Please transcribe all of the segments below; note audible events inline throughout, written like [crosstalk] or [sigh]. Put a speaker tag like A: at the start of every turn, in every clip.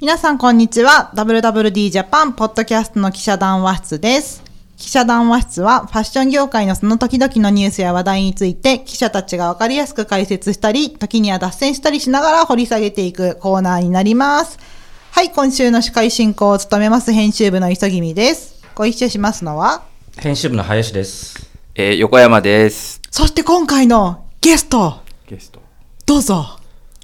A: 皆さんこんにちは WWD ジャパンポッドキャストの記者談話室です記者談話室はファッション業界のその時々のニュースや話題について記者たちがわかりやすく解説したり時には脱線したりしながら掘り下げていくコーナーになりますはい今週の司会進行を務めます編集部の磯君ですご一緒しますのは
B: 編集部の林です。
C: えー横山です。
A: そして今回のゲスト
C: ゲスト。
A: どうぞ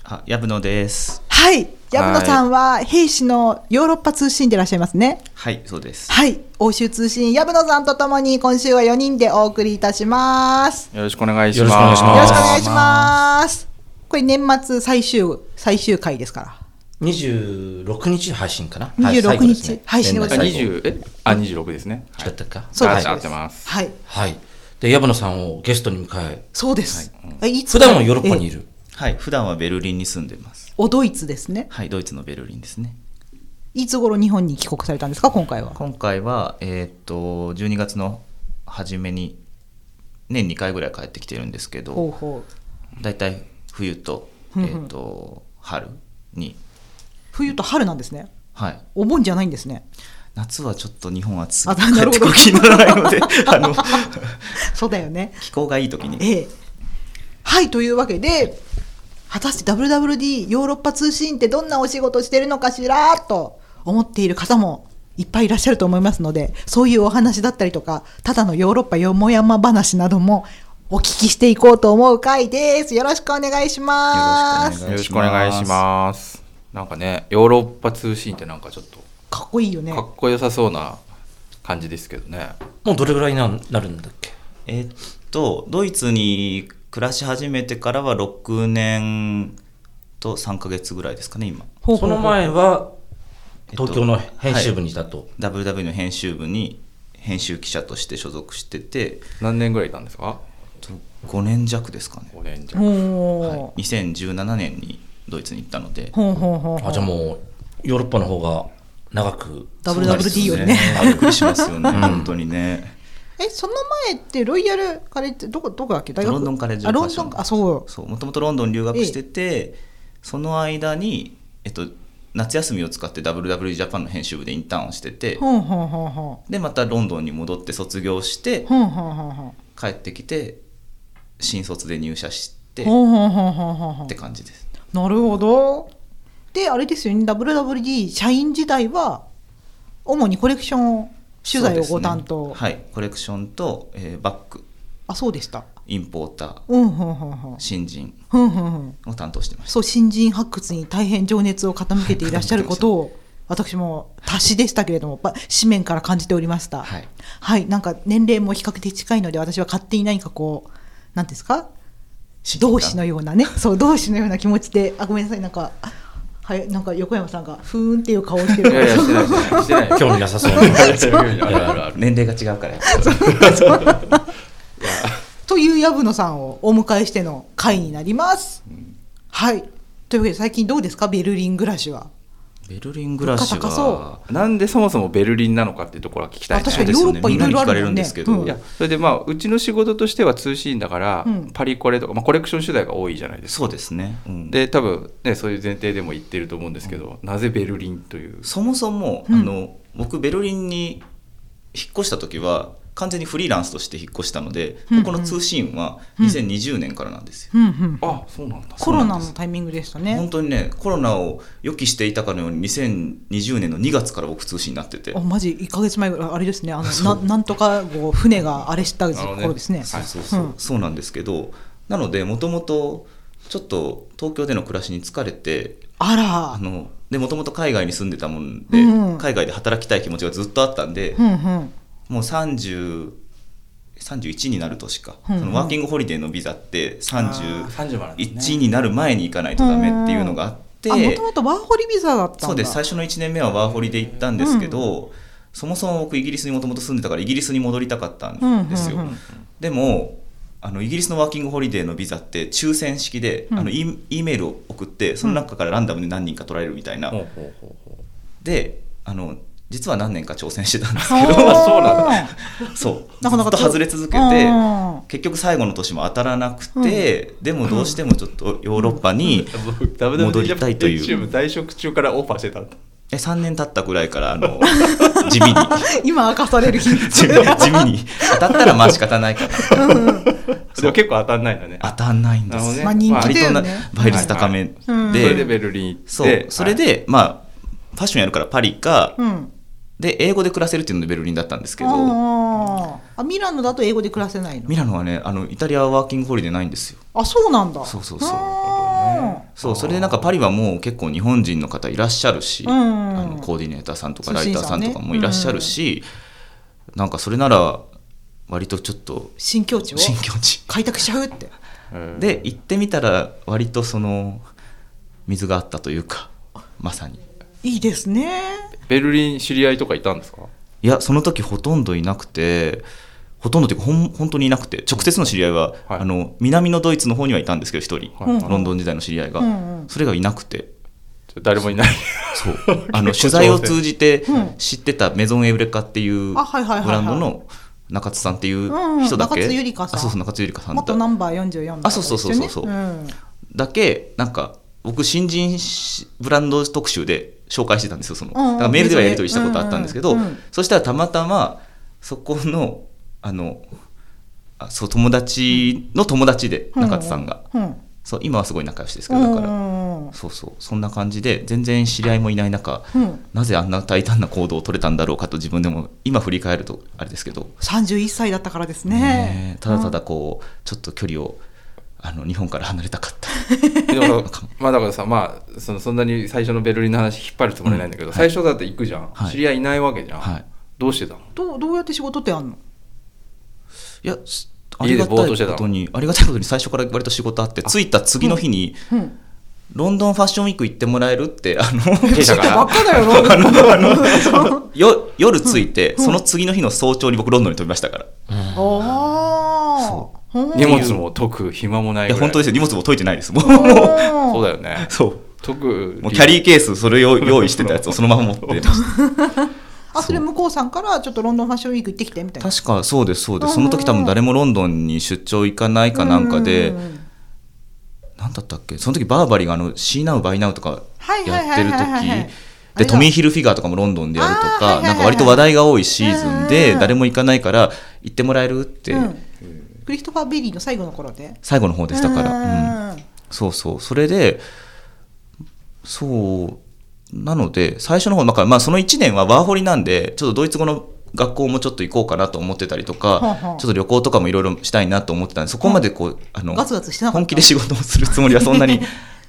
D: あ、やぶのです。
A: はい藪野さんは兵士のヨーロッパ通信でいらっしゃいますね
D: はい、そうです。
A: はい、欧州通信藪野さんとともに今週は4人でお送りいたします。
C: よろしくお願いし
B: よろ
C: ます。
B: しくお願いし
A: よろしく
B: ます
A: お願いします。これ年末最終最終回ですから。
B: 26日配信かな
A: 26
B: はい最後ですね
A: 配信でご
B: 年
A: ざ
B: 内
A: い
C: あ、
A: ます
B: 最後
C: 二十え？あ、二十六ですね。
B: 違ったか
A: そうです。
C: あ合ってます
A: はい、
B: はい。で、矢花さんをゲストに迎え、
A: そうです。えいつ
B: 普段はヨーロッパにい。る。
D: はい、普段はベルリンに住んでます
A: え。おドイツですね。
D: はい、ドイツのベルリンですね。
A: いつ頃日本に帰国されたんですか今回は。
D: 今回は、えーっと、12月の初めに、年2回ぐらい帰ってきてるんです
A: ほ
D: け
A: う
D: ど、
A: ほう。
D: だいたい冬と、
A: う
D: え
A: んうん
D: ーっと、春に、
A: 冬と春なんですね。
D: はい。
A: お盆じゃないんですね。
D: 夏はちょっと日本暑す
A: あ
D: ぎて
A: なるほ
D: 帰って
A: ど
D: こ [laughs] 気にならな
A: [laughs]
D: いので、あの、
A: そうだよね。
D: 気候がいい時に。
A: ええ、はいというわけで果たして WWD ヨーロッパ通信ってどんなお仕事してるのかしらと思っている方もいっぱいいらっしゃると思いますのでそういうお話だったりとかただのヨーロッパよもやま話などもお聞きしていこうと思う回ですよろしくお願いしま
D: よろしくお願いし
A: す
C: よろしくお願
D: ま
C: いします。なんかね、ヨーロッパ通信ってなんかちょっと
A: かっこいいよね
C: かっこよさそうな感じですけどね。
B: もうどれぐらいにななるんだっけ
D: えっとドイツに暮らし始めてからは6年と3ヶ月ぐらいですかね今
A: ほうほ
B: そう
A: ほう
B: の前は、
D: えっと
B: 東京の編集部にいたと。
D: WW の編集部に編集記者として所属してて
C: 何年ぐらいいたんですか？
D: 5年弱ですかね、
C: 五年じゃ。
A: ほう
D: はい、2017年にドイツに行ったので
A: ほうほうほうほ
B: あ、じゃあもう、ヨーロッパの方が長
A: [laughs]
B: く。
A: WWD よりね
D: そうなんですよねあびっくりします
A: [laughs]
D: よね本当にね
A: えその前ってロイヤルカレッジどこどこだっけ大学
D: ロンドンカレッジ
A: あ
D: オブ
A: ロ
D: ファ
A: ン
D: ッショ
A: ド
D: ン
A: ンあそう
D: そうもともとロンドンに留学してて、その間にえっと夏休みを使って WW ジャパンの編集部でインターンをしてて
A: ほうほうほうほ
D: でまたロンドンに戻って卒業して
A: うほうほうほうほう
D: 帰ってきて新卒で入社してっ
A: ほうほうほうほうほうほう
D: て感じです
A: なるほどであれですよね WWD 社員時代は主にコレクション取材をご担当
D: そうですねはいコレクションと、えーバッグ
A: あそうでした
D: インポータ
A: うんふんふんふん
D: ー新人
A: ふんふんふん
D: を担当してまし
A: そう新人発掘に大変情熱を傾けていらっしゃることを私も足しでしたけれどもば紙面から感じておりました
D: たはい
A: はい、なんか年齢も比較的近いので私は勝手に何かこう何ですか同志のようなねそう同志のような気持ちであごめんなさいなんかはいなんか横山さんがふーんっていう顔をしてる
C: いやいやしてないして [laughs] ない。
B: 興味なさそうな。
C: してない。いやいやあ
D: [laughs]
C: るある。
D: 年齢が違うからやっぱり
A: という藪野さんをお迎えしての会になります、はいというわけで最近どうですかベルリン暮らしは
D: ベルリン暮らし
A: 物価高そ
D: は
C: なんでそもそもベルリンなのかっていうところは聞きたい、
A: あ
C: ね。
A: 確かに
D: で
A: ヨ
D: す
A: ーロ
D: よ
A: ッ
D: ね
A: パいろいろあるもん
D: みんなに聞かれるん
A: ね
D: ですけど
A: うん
C: いやそれでまあうちの仕事としては通信だから、
A: うん
C: パリコレとか、まあ、コレクション取材が多いじゃないですか
D: そうですね、うん
C: で多分ねそういう前提でも言ってると思うんですけど、なぜベルリンという
D: そもそも、
A: うん
D: あの僕ベルリンに引っ越した時は完全にフリーランスとして引っ越したので、
A: うんうん
D: ここの通信は
A: うん
D: 2020年からなんですよ、
A: うんうん
C: あそうなんだ
A: コロナのタイミングでしたね
D: 本当にねコロナを予期していたかのように2020年の2月から僕通信になってて
A: あマジ1か月前ぐらいあれですねあのななんとかこう船があれした頃ですね
D: そうそうそう
A: うん
D: そうなんですけどなのでもともとちょっと東京での暮らしに疲れて
A: あら
D: あのでもともと海外に住んでたもんで、
A: うんうん
D: 海外で働きたい気持ちがずっとあったんで、
A: うんうん
D: もう30 31になる年か、
A: うんうん
D: そのワーキングホリデーのビザって31
B: 30ま
D: になる前に行かないとダメっていうのがあって、
A: あもともとワーホリビザだったんだ
D: そうです最初の1年目はワーホリで行ったんですけど、そもそも僕イギリスにもともと住んでたからイギリスに戻りたかったんですよ、
A: うんうんうん
D: でもあのイギリスのワーキングホリデーのビザって抽選式で、
A: うん
D: あの E メールを送ってその中からランダムで何人か取られるみたいな、
B: ほうほうほうほ
D: であの実は何年か挑戦してたんです
A: あ
D: け
A: ー
D: ど
C: そうなん
D: [laughs] そう
A: なかなか
D: ずっと外れ続けて
A: あ
D: 結局最後の年も当たらなくて、でもどうしてもちょっとヨーロッパに、
C: WWD
D: 戻りたいという
C: チーム在職中からオファーしてたんだ
D: え3年経ったぐらいからあの [laughs] 地味に
A: [laughs] 今明かされる日
D: 地味地味に当たったらまあ仕方ないかな
C: でも結構当たんないんだね。
D: 当たんないんです
C: な
A: [laughs]
C: る
A: まあ
C: ほ
A: 人気
D: 割
A: だ
D: と
A: よ
D: な
A: ね
D: 倍率高めで、
A: はいはい
C: それでベルリン行って。
D: そうそれで、まあファッションやるからパリか、
A: うん
D: で英語で暮らせるっていうのでベルリンだったんですけど、
A: あーあミラノだと英語で暮らせないの
D: ミラノはねあのイタリアはワーキングホリデーないんですよ
A: あそうなんだ
D: そうそうそう
A: あ
D: そうそれでなんかパリはもう結構日本人の方いらっしゃるし、
A: うん
D: あのコーディネーターさんとかライターさんとかもいらっしゃるし、なんかそれなら割とちょっと
A: ー新境地を
D: 新境地
A: 開拓しちゃうって
C: うん
D: で行ってみたら割とその水があったという
A: [laughs]
D: かまさに
A: いいですね
C: ベルリン知り合いとかいたんですか
D: いやその時ほとんどいなくてほとんどというかほん本当にいなくて直接の知り合いは、
C: はい
D: あの南のドイツの方にはいたんですけど一人、
C: はい
A: うん
D: ロンドン時代の知り合いが、
A: うんうん
D: それがいなくて
C: ちょ誰もいない。
D: そうあの取材を通じて
A: うん
D: 知ってたメゾンエウレカっていうブ
A: あはいはいはいはい
D: ランドの中津さんっていう
A: うんうん
D: 人だけ、
A: 中津ゆりかさん
D: あそうそう中津ゆりかさんだ
A: 元ナンバー44だ
D: あそうそうそうそうそうだけなんか僕新人しブランド特集で紹介してたんですよその、
A: うんうん
D: だからメールではやり取りしたことあったんですけど、
A: うんうんうん
D: そしたらたまたまそこのあのあそう友達の友達で中津さんが、そう今はすごい仲良しですけどだから、
A: ら
D: そうそうそんな感じで全然知り合いもいない中、なぜあんな大胆な行動を取れたんだろうかと自分でも今振り返るとあれですけど、
A: 31歳だったからですね
D: ねえただただこう、ちょっと距離をあの日本から離れたかった。
C: でもまあだからさまあそのそんなに最初のベルリンの話引っ張るつもりないんだけど、最初だって行くじゃん、
D: はい
C: 知り合いいないわけじゃん、
D: はい
C: どうしてたの
A: どうどうやって仕事ってあんの
D: いやすあ
C: 家
D: り
C: で
D: がた
C: ぼーっとして
D: い
C: たの
D: ことにありがたいことに最初から割と仕事あって着いた次の日に、 [laughs]
A: うん
D: ロンドンファッションウィーク行ってもらえるってあの
C: 弊社
D: [laughs]
C: から
A: ばっかだよな
D: よ夜着いて、その次の日の早朝に僕ロンドンに飛びましたから、
A: あ
D: そ
A: ーうん
C: 荷物も解く暇もない
D: い
C: ぐ
D: や
C: らい
D: 本当ですよ荷物も解いてないですもう
C: そう
A: あ
C: だよね
D: [laughs] そう
C: 解く
D: もうキャリーケースそれを用意してたやつをそのまま持ってました
A: ーあそれ向こうさんからちょっとロンドンファッションウィーク行ってきてみたいな
D: 確かそうですそうで
A: うん
D: すその時多分誰もロンドンに出張行かないかなんかで
A: うん
D: なんだったっけその時バーバリーがあの「シーナウバイナウ」とか
A: はいはい
D: やっ
A: は
D: て
A: い
D: る
A: はいはい
D: 時
A: あれ
D: で
A: だ
D: トミー・ヒルフィガーとかもロンドンでやると
A: あーはいはいは
D: か
A: いはい
D: なんか割と話題が多いシーズン
A: う
D: で
A: ん
D: 誰も行かないから行ってもらえるって
A: うんクリストファー・ベリーの最後の頃で
D: 最後の方でしたからうん
A: うん
D: そうそうそれでそうなので最初の方だからまあその1年はワーホリなんでちょっとドイツ語の学校もちょっと行こうかなと思ってたりとか
A: はあはあ
D: ちょっと旅行とかもいろいろしたいなと思ってたんでそこまでこうあの
A: ガツガツしてなかった
D: 本気で仕事をするつもりはそんなに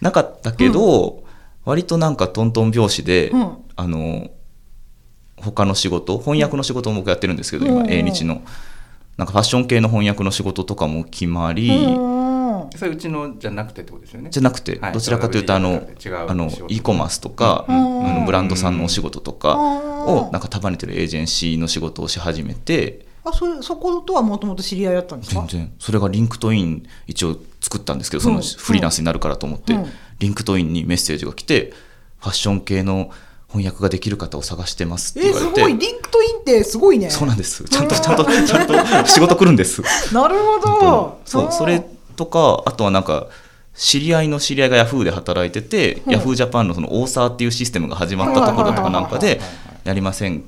D: なかったけど、割となんかトントン拍子で、
A: うん
D: あの他の仕事翻訳の仕事も僕やってるんですけど今、
A: うんうん
D: 英日のなんかファッション系の翻訳の仕事とかも決まり、
A: うん
C: それうちのじゃなくてってことですよね
D: じゃなくて、
C: はい
D: どちらかというとあの
C: 違う
D: あの
C: 仕事
D: e コマースとか、
A: うん
D: あのブランドさんのお仕事とか
A: うん
D: をなんか束ねてるエージェンシーの仕事をし始めて
A: あそれそことはもともと知り合いだったんですか
D: 全然それがリンクトイン一応作ったんですけどそ
A: うん
D: のフリーランスになるからと思って、
A: うん
D: リンクトインにメッセージが来てファッション系の翻訳ができる方を探してますって
A: え
D: 言わ
A: す
D: れて、
A: ごいリンクトインってすごいね
D: そうなんですちゃんとちゃんとちゃんと仕事来るんです
A: なるほど
D: そうそれとかあとはなんか知り合いの知り合いがヤフーで働いてて、
A: うん
D: ヤフージャパンのそのオーサーっていうシステムが始まったところとかなんか
C: はい
D: で
C: はいはいはい
D: やりませんか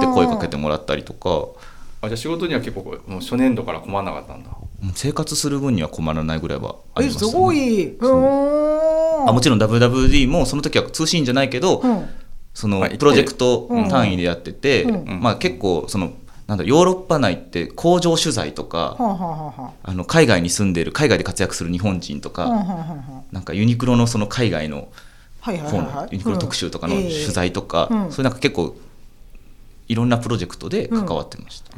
D: って声かけてもらったりとかも
C: あじゃあ仕事には結構こうもう初年度から困らなかったんだ
D: う生活する分には困らないぐらいはあり
A: え
D: まし
A: す
D: た、ね、
A: ごい
D: あ
A: あ
D: もちろん WWD もその時は通信じゃないけど、
A: うん
D: その
C: まあ一
D: プ
C: 方
D: ロジ
C: で
D: ェクト単位でやってて、
A: うん
C: うん
D: まあ、結構そのなんだヨーロッパ内って工場取材と
A: は
D: か、
A: あはあはあは
D: あの海外に住んでる海外で活躍する日本人と
A: あ
D: か、
A: はあはあはあは
D: なんかユニクロのその海外の
A: あはいはい
D: 本
A: はい
D: の
A: はい
D: ユニクロ特集とかの
A: うんええ
D: 取材とか、
A: うん
D: そういうなんか結構いろんなプロジェクトで関わってました、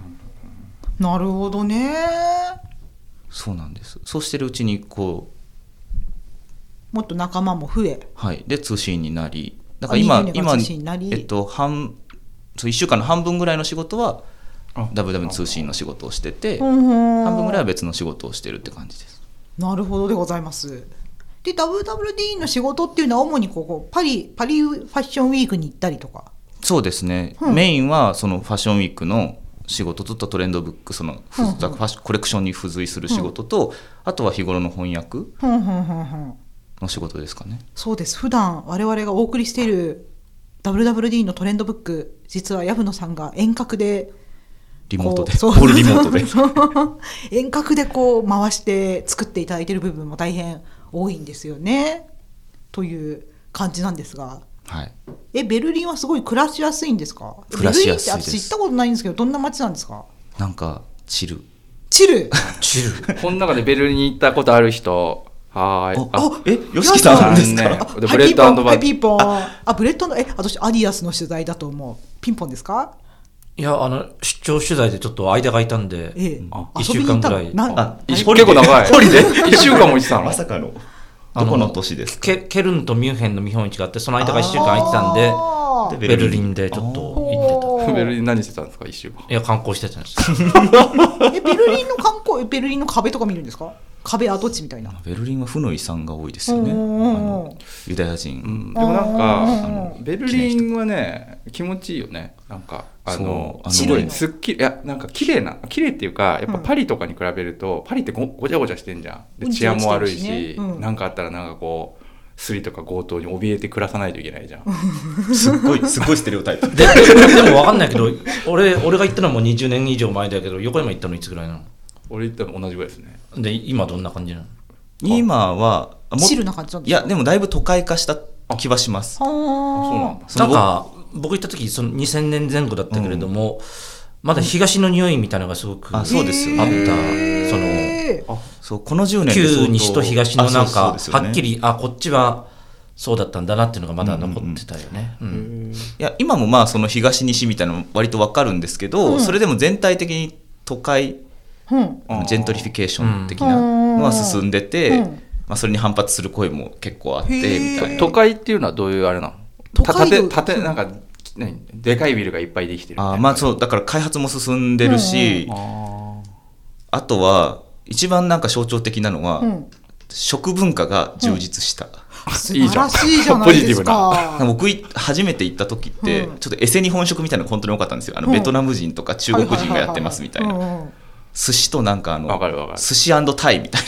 A: なるほどね
D: そうなんですそうしてるうちにこう
A: もっと仲間も増え
D: はいで通信になりだから
A: あ
D: 今
A: 20年が
D: 今
A: 通信になり
D: えっと半そう1週間の半分ぐらいの仕事は
C: あ
D: WW 通信の仕事をしてて
A: 半
D: 半分
A: 分
D: ぐらいは別の仕事をしてるって感じです
A: なるほどでございます。で WWD の仕事っていうのは主にここパリパリファッションウィークに行ったりとか。
D: そうですね、
A: うん
D: メインはそのファッションウィークの仕事とトレンドブックそのふ
A: うんうん
D: ファッションコレクションに付随する仕事と、あとは日頃の翻訳
A: ふんふんふんふん
D: の仕事ですかね
A: そうです普段我々がお送りしている WWD のトレンドブック実は藪野さんが遠隔で
D: リモートで
A: こうそう
D: オールリモートで
A: [laughs] そうそう遠隔でこう回して作っていただいてる部分も大変多いんですよねという感じなんですが
D: [laughs] はい
A: えベルリンはすごい暮らしやすいんですか
D: 暮らしやすいです
A: ベルリンって私行ったことないんですけどどんな街なんですか
D: なんかチル
A: チ
D: [laughs]
A: ル
B: チル。
C: この中でベルリンに行ったことある人、はーい。あ
D: あえヨシキさんです
C: 残
D: か [laughs]
C: 念
A: あ
C: で
A: はい
C: ブレッドバ
A: ピンポンはい
C: ン
A: ピンポンあブレッドのえ私アディアスの取材だと思うピンポンですか
B: いや、あの、出張取材でちょっと間が空いたんで、
A: ええ
B: あ
A: 遊びに行ったの
B: 一週間ぐらい
A: なん
D: あ
C: 一結構長い
D: ホリデー
C: 一週間も行ってたの
D: [laughs] まさかの
B: あ
D: ど
B: の
D: この都市ですか
B: ケケルンとミュンヘンの見本市があって、その間が1週間空いてたんで、
A: あー
B: ベルリンでちょっと行って
A: ほう
C: ベルリン何してたんですか、一週間。
B: た。いや、観光してたんです。
A: えベルリンの観光えベルリンの壁とか見るんですか壁跡地みたいな
D: ベルリンは負の遺産が多いですよねあ
A: うんうんうん
D: のユダヤ人、
C: うん、でもなんか、
A: うん
C: あのベルリンはね、気持ちいいよね。なんか、あの
D: そうあ、の
C: すご
A: 白いの
C: い、すっきり、いや、なんか綺麗な、綺麗っていうか、やっぱ
A: うん
C: パリとかに比べると、パリってごごちゃごちゃしてんじゃん。で
A: うんち
C: 治安も悪い
A: 落ちてる
C: し、
A: しねうん
C: なんかあったらなんかこう、スリとか強盗に怯えて暮らさないといけないじゃん。
D: すっごいすっごいステレオタイプ
B: でででも分かんないけど、俺俺が行ったのはもう20年以上前だけど、横山行ったのいつぐらいな
C: 俺言ったの同じぐらいですね。
B: ので、今どんな感じなの
D: 今はも
A: チルな感じなん
D: い
A: ですか
D: やでもだいぶ都会化した気はします
A: はー
C: そうなんだ。
D: そ
B: な
D: の
B: んか、僕行った時その2000年前後だったけれども、まだ東の匂いみたいなのがすごくあ
D: あ
B: った、
D: そうですよね
B: その、
A: へー
D: そうこの10年で相
B: 旧
D: 当
B: 西と東のなんか、
D: あそうそうですよね
B: はっきり、あ、こっちはそうだったんだなっていうのがまだ残ってたよね。うん
D: いや今もまあその東西みたいなの割とわかるんですけど、
A: うん
D: それでも全体的に都会
A: うん
D: あのジェントリフィケーション的
A: う
D: なんのは進んでて、
A: うん
D: まあ、それに反発する声も結構あってみ
A: へー
D: たいな
C: 都会っていうのはどういうあれなの
A: 都
C: た
A: 会道
C: 建て建てなんか何でかいビルがいっぱいできてる
D: あーまあ
C: う
D: そうだから開発も進んでるし、
C: あ
D: あとは一番なんか象徴的なのは、
A: うん
D: 食文化が充実した、
A: 素
C: い
A: 晴
C: いじゃ
A: ら
C: ん
A: しいじゃ
C: [laughs]
A: ないですか
D: なんか僕い初めて行った時って、
A: うん
D: ちょっとエセ日本食みたいなのが本当に多かったんですよあの、
A: うん
D: ベトナム人とか中国人がやってますみたいな、
A: ははははうんうん
D: 寿司となんかあの
C: わかるわかる
D: 寿司タイみたい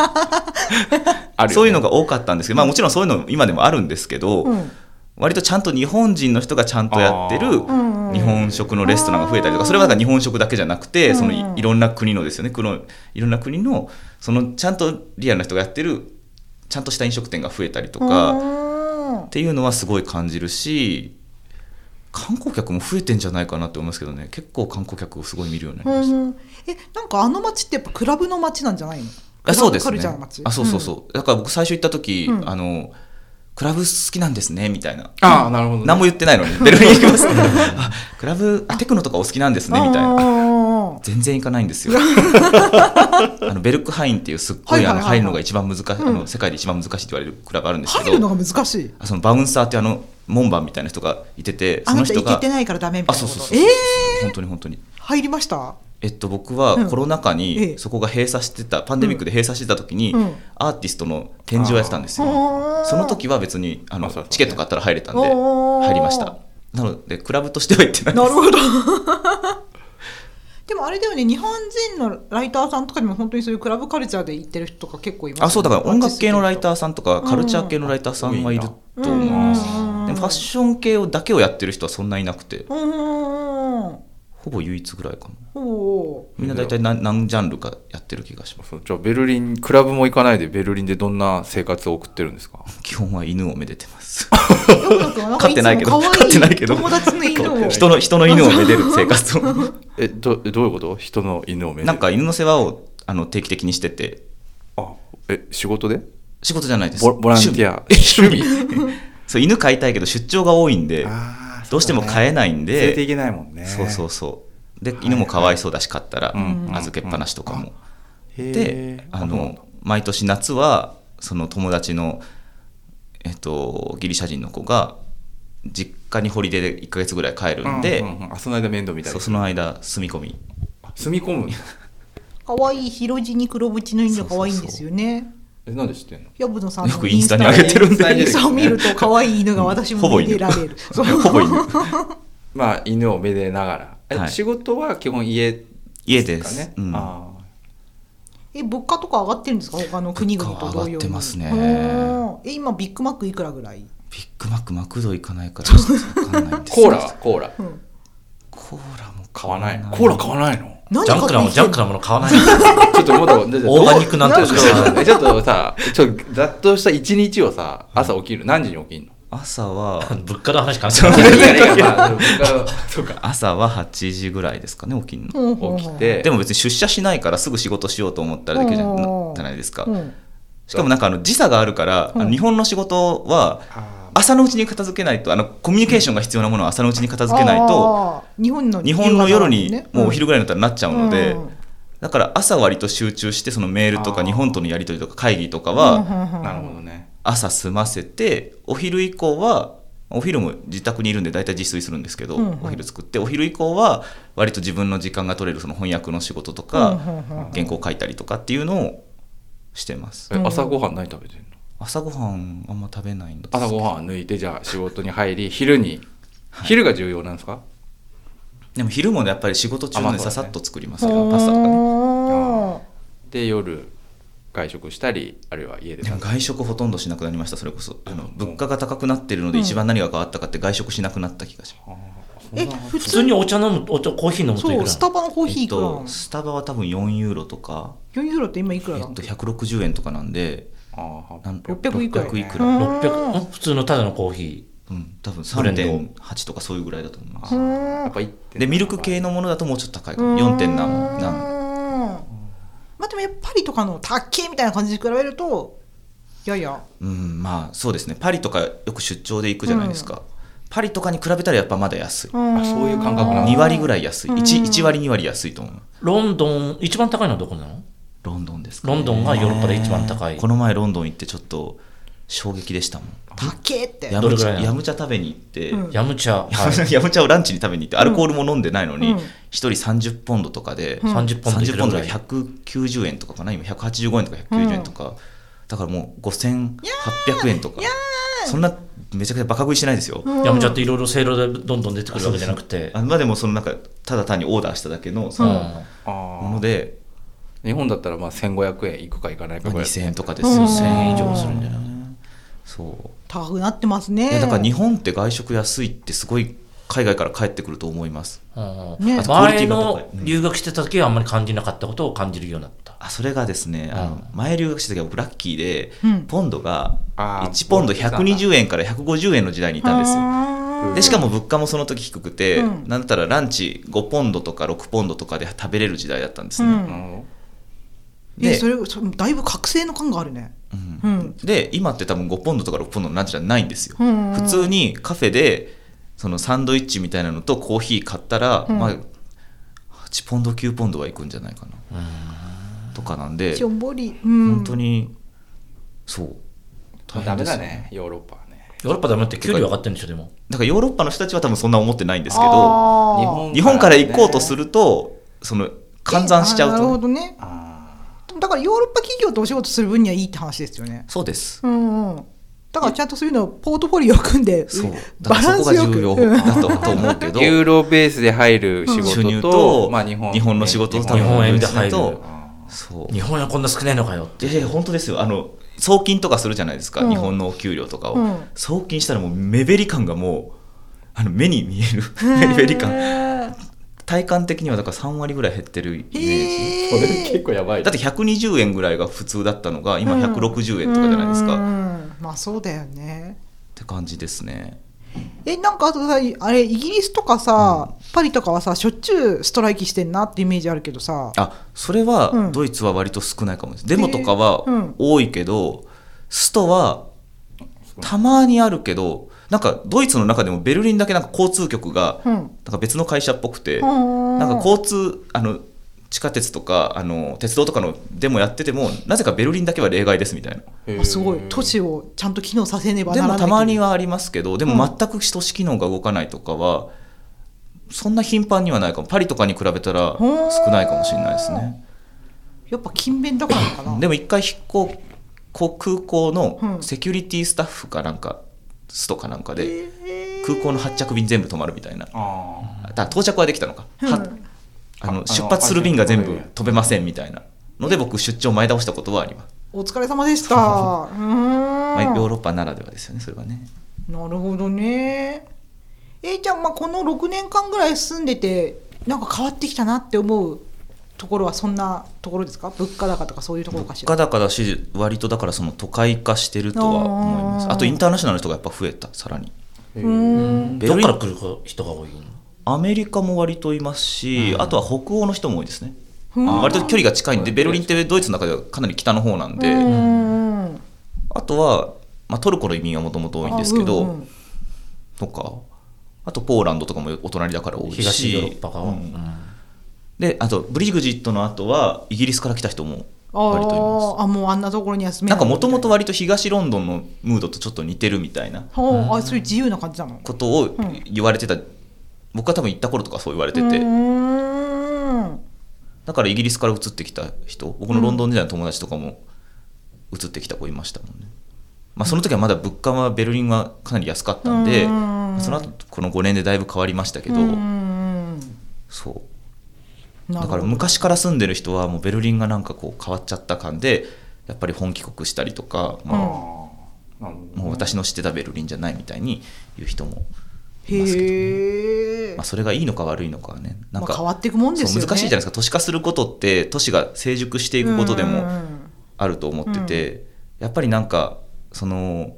C: ーあ
D: な、
C: るよね
D: そういうのが多かったんですけど、まあ、もちろんそういうの今でもあるんですけど、
A: うん
D: 割とちゃんと日本人の人がちゃんとやってる
C: あー
A: うんうん
D: 日本食のレストランが増えたりとかそれはだから日本食だけじゃなくてそ
A: う
D: の
A: んうん
D: いいろんな国のですよねこのいろんな国のそのちゃんとリアルな人がやってるちゃんとした飲食店が増えたりとかっ
A: うん
D: ていうのはすごい感じるし観光客も増えてんじゃないかなって思いますけどね結構観光客をすごい見るようになりました。
A: うんえなんかあの街ってやっぱクラブの街なんじゃないの
D: あそうです
A: クラブカル
D: ね
A: チャーの街
D: あそうそうそう、だから僕最初行った時、
A: うん
D: あのクラブ好きなんですねみたいな
C: あーなるほどね
D: 何も言ってないのにベルリン行
A: [laughs]
D: きますあクラブあテクノとかお好きなんです
A: うん
D: ねみたいな
A: あー
D: 全然行かない
A: [laughs]
D: んですよあのベルクハインっていうすっご
A: はい
D: い
A: はいはいは
D: あの
A: い
D: 入るのが一番難しい、あ
A: うん
D: の世界で一番難しいって言われるクラブあるんですけ
A: 入るの
D: ど
A: が難しい
D: あそのバウンサーっていうあの門番みたいな人がいてて
A: あ
D: そ
A: な
D: の
A: た
D: 人
A: 行け
D: が
A: てないからダメみた
D: あ
A: いな
D: そう
A: こ
D: そう
A: と
D: そうそう、
A: えー
D: 本当に本当に
A: 入りました
D: えっと、僕
A: う
D: は
A: ん
D: コロナ禍
A: ええ
D: にそこが閉鎖してた、パンデミックで閉鎖してた時に、
A: うん
D: アーティストの展示をやってたんですよ
A: あー
D: その時は別にあの
C: あそうそう
D: チケット買ったら入れたんで
A: おー
D: 入りましたなのでクラブとしては行ってない
A: な
D: で
A: る
D: す [laughs]
A: ほど。でもあれだよね、日本人のライターさんとかにも本当にそういうクラブカルチャーで行ってる人とか結構いますよね、
D: あそうだから音楽系のライタ
A: ー
D: ーさんとかカルチャー系のライターさんはいると
A: うん
D: 思います、
A: うん
D: でもファッション系をだけをやってる人はそんないなくて
A: うーん。
D: ほぼ唯一ぐらいかな [laughs]
A: おー
D: みんな大体何何ジャンルかやってる気がします [laughs]
C: そうじゃあベルリンクラブも行かないでベルリンでどんな生活を送ってるんですか
D: 基本は犬をめでてます
A: よくなんか
D: 飼
A: い
D: っ
A: つ
D: て
A: も可
D: な
A: 愛
D: い
A: い
D: けど飼ってないけど
A: 友達の犬を。
D: 人の人の犬をめでる生活を
C: えどえどういうこと人の犬をめでる
D: [laughs] なんか犬の世話をあの定期的にしてて
C: あえ仕事で
D: 仕事じゃないです
C: ボボランティア
D: 趣味 [laughs] 趣味そう犬飼いたいけど出張が多いんで
C: [laughs] あー
D: [laughs] どうしても飼えない
C: 連
D: ん
C: れてい
D: で
C: けないもんね
D: そうそうそうで
C: はい
D: 犬もかわいそうだし飼ったら
C: うん
D: 預けっぱなしとかも
C: へー
D: であ
C: そうなんだ
D: の毎年夏はその友達のえっとギリシャ人の子が実家にホリデーで1ヶ月ぐらい帰るんで
C: うううんあその間面倒見た
D: そ
C: り
D: うその間住み込み
C: 住み込むんだ
A: 可愛い広地に黒縁の犬が可愛いんですよね。
C: えなんで知ってんの
A: ヤブノさんの
D: よくインスタに上げてる
A: イ
D: んで
A: ンスタでインスタを見ると可愛い犬が私も
D: ほぼ
A: 見
D: 犬
A: て [laughs] られる。そう
D: [laughs] ほぼ犬
C: まあ犬をめでながらえ、
D: はい
C: 仕事は基本家ですか、ね、
D: 家ですうん
C: あ
A: え物価とか上がってるんですか他の国々と同様に
D: 物価は上がってますね
A: おーえ今ビッグマックいくらぐらい
D: ビッグマックマクド行かないからちょっとわかんないんですけ
C: コ
D: ど
C: ーラはコーラ
D: コーラも
C: 買
D: 買
C: わ
D: わ
C: な
D: ないい
C: コーラ買わないの
A: 何
B: ジャンクなもんジャンクなもの買わない
D: [laughs]
C: ちょっとまだオー
B: オーガニックなんとか
C: ちょ
B: し
C: っとちょっとさちょっとざっとした一日をさ朝起きる何時に起きるの
D: 朝は
B: 物価の話からさ
C: いやいやいやまあそうか
D: 朝は8時ぐらいですかね起きるの
A: うん
C: 起きて
D: でも別に出社しないからすぐ仕事しようと思ったらできるじゃん
A: うん
D: じゃないですか
A: うん
D: しかもなんかあの時差があるから、
A: うん
D: あの日本の仕事は
C: あ
D: 朝のうちに片付けないとあのコミュニケーションが必要なものは朝のうちに片付けないと
A: あー日本の
D: 日本の夜にもうお昼
A: ぐ
D: ぐらいになったらなっちゃうので、
A: うんうん
D: だから朝割と集中してそのメールと
C: あ
D: か
C: ー
D: 日本とのやり取りとか会議とか
A: うん
D: は
A: うんうん
C: なるほどね
D: 朝済ませてお昼以降はお昼も自宅にいるんで大体自炊するんですけど、
A: うんうん
D: お昼作ってお昼以降は割と自分の時間が取れるその翻訳の仕事とか、
A: うんうんうん
D: 原稿書いたりとかっていうのをしてます
C: え朝ごはん何食べてんの
D: 朝ごはんあんま食べないんですけど
C: 朝ごはん抜いてじゃあ仕事に入り昼に昼が重要なんですか
D: でも昼もねやっぱり仕事中
C: あ
D: な
C: ま
D: ん
C: あ
D: で
C: そう
D: さ
C: だね
D: さっと作りますから、パスタとかね
A: ね
C: で夜外食したりあるいは家で
D: でも外食ほとんどしなくなりましたそれこそあの物価が高くなってるので
A: うん
D: 一番何が変わったかって外食しなくなった気がします、
A: え普
B: 普通
A: 通
B: にお茶飲むお茶コーヒー飲むとい
A: そう
B: くら
A: スタバのコーヒー
D: え
A: い
D: っ
A: くらなの
D: と、スタバは多分4ユーロとか、
A: 4ユーロって今いくら
D: え
A: な
D: っ
A: の
D: と、160円とかなんで
C: あ
D: なん
A: 600いくら
D: 600いく
A: うん
D: ら、
B: 600ん普通のただのコーヒ
D: うん、多分
B: ブレンド
D: 3.8とかそういうぐらいだと思います
A: う
C: やっ
A: ん
C: ぱ1.7
D: でミルク系のものだともうちょっと高いかも4点何何
A: まあでもやっぱりとかのたっけーみたいな感じに比べるといやいや
D: うんまあそうですねパリとかよく出張で行くじゃないですか、パリとかに比べたらやっぱまだ安い、
A: あ
C: そういう感覚なの
D: 2割ぐらい安い 1,
A: うん
D: 1割2割安いと思う
B: ーロンドン一番高いのはどこなの
D: ロンドンです
B: ロンドンがヨーロッパで一番高い
D: この前ロンドン行ってちょっと衝撃でしたもん
A: たっけーって
D: ヤ
B: どれ
D: ム
B: ぐ
D: チ
B: らいな
D: ャ
B: の
D: ヤムチャ食べに行って、
A: うん
B: ヤムチ [laughs] ャ、はい、
D: [laughs] ヤムチャをランチに食べに行ってアルコールも飲んでないのに、
A: うん
D: 一1人30ポンドとかで、
A: うん
B: 30ポンドいく
D: 30ポ
B: ら
D: ン
B: ぐ
D: ド
B: ら
D: が
B: い
D: 190円とかかな今185円とか190円とか、だからもう5800円とかそんなめちゃくちゃバカ食いしてないですよ、
B: やめちゃっていろいろせいろでどんどん出てくるわけじゃなくて
D: あまあでもそのなんかただ単にオーダーしただけのそ
B: うん
D: の
C: あ
D: も
C: ー
D: ので、
C: 日本だったらまあ1500円いくかいかないか
D: まあ
C: ぐらい
D: 2000円とかですよ、
A: うん
D: 1000円以上するんじゃないそう
A: 高くなってますね
D: いやだから日本って外食安いってすごい海外から帰ってくると思います
B: うん
A: ね
B: あと前
D: クオリティが
B: の
D: 高いうん
B: 留学してた時はあんまり感じなかったことを感じるようになった
D: あそれがですね、あの前留学した時は僕ラッキーで、
A: うん
D: ポンドが
C: あー
D: 1ポンド120円から150円の時代にいたんですよ
A: よ
D: でしかも物価もその時低くて、
A: うん
D: なんだったらランチ5ポンドとか6ポンドとかで食べれる時代だったんですね、
A: うん
C: なるほど
A: え
D: で
A: それそだいぶ覚醒の感があるね
D: うん
A: うん
D: で今って多分5ポンドとか6ポンドのランチじゃないんですよ、
A: うん
D: 普通にカフェでそのサンドイッチみたいなのとコーヒー買ったら、
A: うん
D: まあ8ポンド9ポンドはいくんじゃないかな、とかなんで
A: しょんぼりうん
D: 本当にそう
C: まあダ
D: 大変
C: メ
D: です
C: だ
D: よ
C: ねヨーロッパはね
B: ヨーロッパだめって給料上がってるんでしょでも
D: だからヨーロッパの人たちは多分そんな思ってないんですけど
A: あー
D: 日本から行こうとするとその換算しちゃ
A: えあ
D: う
A: なるほ
D: と、
A: どね
C: あ
A: でもだからヨーロッパ企業とお仕事する分にはいいって話ですよね
D: そうです
A: うんうんだからちゃんとそういうのをポートフォリオを組んで
D: そうだ
A: バ
D: から
A: ラン
D: そこ
A: スよ
D: が
A: く
D: 重要
A: うん
D: だとと思うけ
C: [laughs]
D: ど
C: ーユーロベースで入る仕
D: 収入
C: 事と、
D: と
C: まあ、日本
D: 日本の仕事を多分
B: 日本円で
D: する
B: 入る
D: と
C: あ
D: そう
B: 日本はこんな少ないのかよ
D: いやいや本当ですよあの送金とかするじゃないですか、
A: うん
D: 日本のお給料とかを、
A: うん
D: 送金したらもう目減り感がもうあの目に見える目減り感
A: へ
D: 体感的にはだから3割ぐらい減ってるイメージ
A: え
C: ーそれ結構やばい
D: だって120円ぐらいが普通だったのが今160円とかじゃないですか、
A: うん
D: っ
A: うんまあそうだよね
D: て感じですね
A: えなんかあとさあれイギリスとかさ、パリとかはさしょっちゅうストライキしてんなってイメージあるけどさ
D: あそれ
A: う
D: は
A: ん
D: ドイツは割と少ないかもです、デモとかは
A: えーうん
D: 多いけど、ストはたまにあるけどなんかドイツの中でもベルリンだけなんか交通局が
A: う
D: なんんか別の会社っぽくて、
A: な
D: なんか交通あの地下鉄とかあの鉄道とかのデモやっててもなぜかベルリンだけは例外ですみたいな
C: へー
A: あすごい都市をちゃんと機能させねば
D: で
A: ならな
D: も
A: い
D: たまにはありますけどで
A: う
D: も
A: ん
D: 全く都市機能が動かないとかは、そんな頻繁にはないかもパリとかに比べたら
A: ほー
D: 少ないかもしれないですね
A: やっぱ勤勉だからかな
D: でも一回飛行こう空港
A: う
D: の
A: ん
D: セキュリティスタッフかなんかストかなんかで
A: えー
D: 空港の発着便全部止まるみたいなだか
C: あ
D: ら到着はできたのか、は
A: うん
D: あ
C: あ
D: の出発する便が全部
C: あの
D: 飛べませんみたいなので僕出張前倒したことはあります [laughs]
A: お疲れ様でしたうーん
D: まあ、ヨーロッパならではですよねそれはね
A: なるほどね。えー、じゃあ、まあ、この6年間ぐらい住んでて、なんか変わってきたなって思うところはそんなところですか物価高とかそういうところかし
D: 物価
A: ら。
D: 高だし割とだからその都会化してるとは思います
A: あー
D: あとインターナショナルの人がやっぱ増えたさらに
A: うーん
D: ベ
B: ど
D: ル
B: っ
D: リン
B: から来る人が多いの
D: アメリカも割といますし、あとは北欧の人も多いですね、
A: うん
D: 割と距離が近いんでベルリンってドイツの中ではかなり北の方なんで、
A: うんうん
D: あとは、まあ、トルコの移民はもともと多いんですけど、
A: あうんうん
D: とかあとポーランドとかもお隣だから多いし
B: 東ヨーロッパが、
D: う
B: うんん
D: であとブリグジットの後はイギリスから来た人も割といま
A: あ
D: す
A: ーあもうあんなところには住め
D: な
A: ない
D: んかもともと割と東ロンドンのムードとちょっと似てるみたいな
A: ほうあそういう自由な感じなの
D: ことを
A: うん
D: 言われてた、僕が多分行った頃とかそう言われて
A: う
D: て、
A: ーん
D: だからイギリスから移ってきた人僕のロンドン時代の友達とかも移ってきた子いましたもんね、まあ、その時はまだ物価はベルリンはかなり安かったんで、
A: うん
D: その後この5年でだいぶ変わりましたけど、
A: うん
D: そう
A: な
D: だ
A: る
D: か
A: ほ
D: ら
A: ど
D: 昔から住んでる人はもうベルリンがなんかこう変わっちゃった感でやっぱり本帰国したりとか、ま
C: あの
D: あ、もう私の知ってたベルリンじゃないみたいに言う人もいますけど、
A: へえ
D: まあ、それがいいのか悪いのかはねなん
A: まあ
D: か、
A: 変わっていくもんですよね
D: そう難しいじゃないですか都市化することって都市が成熟していくことで
A: うんうんう
D: も
A: ん
D: あると思ってて、やっぱりなんかその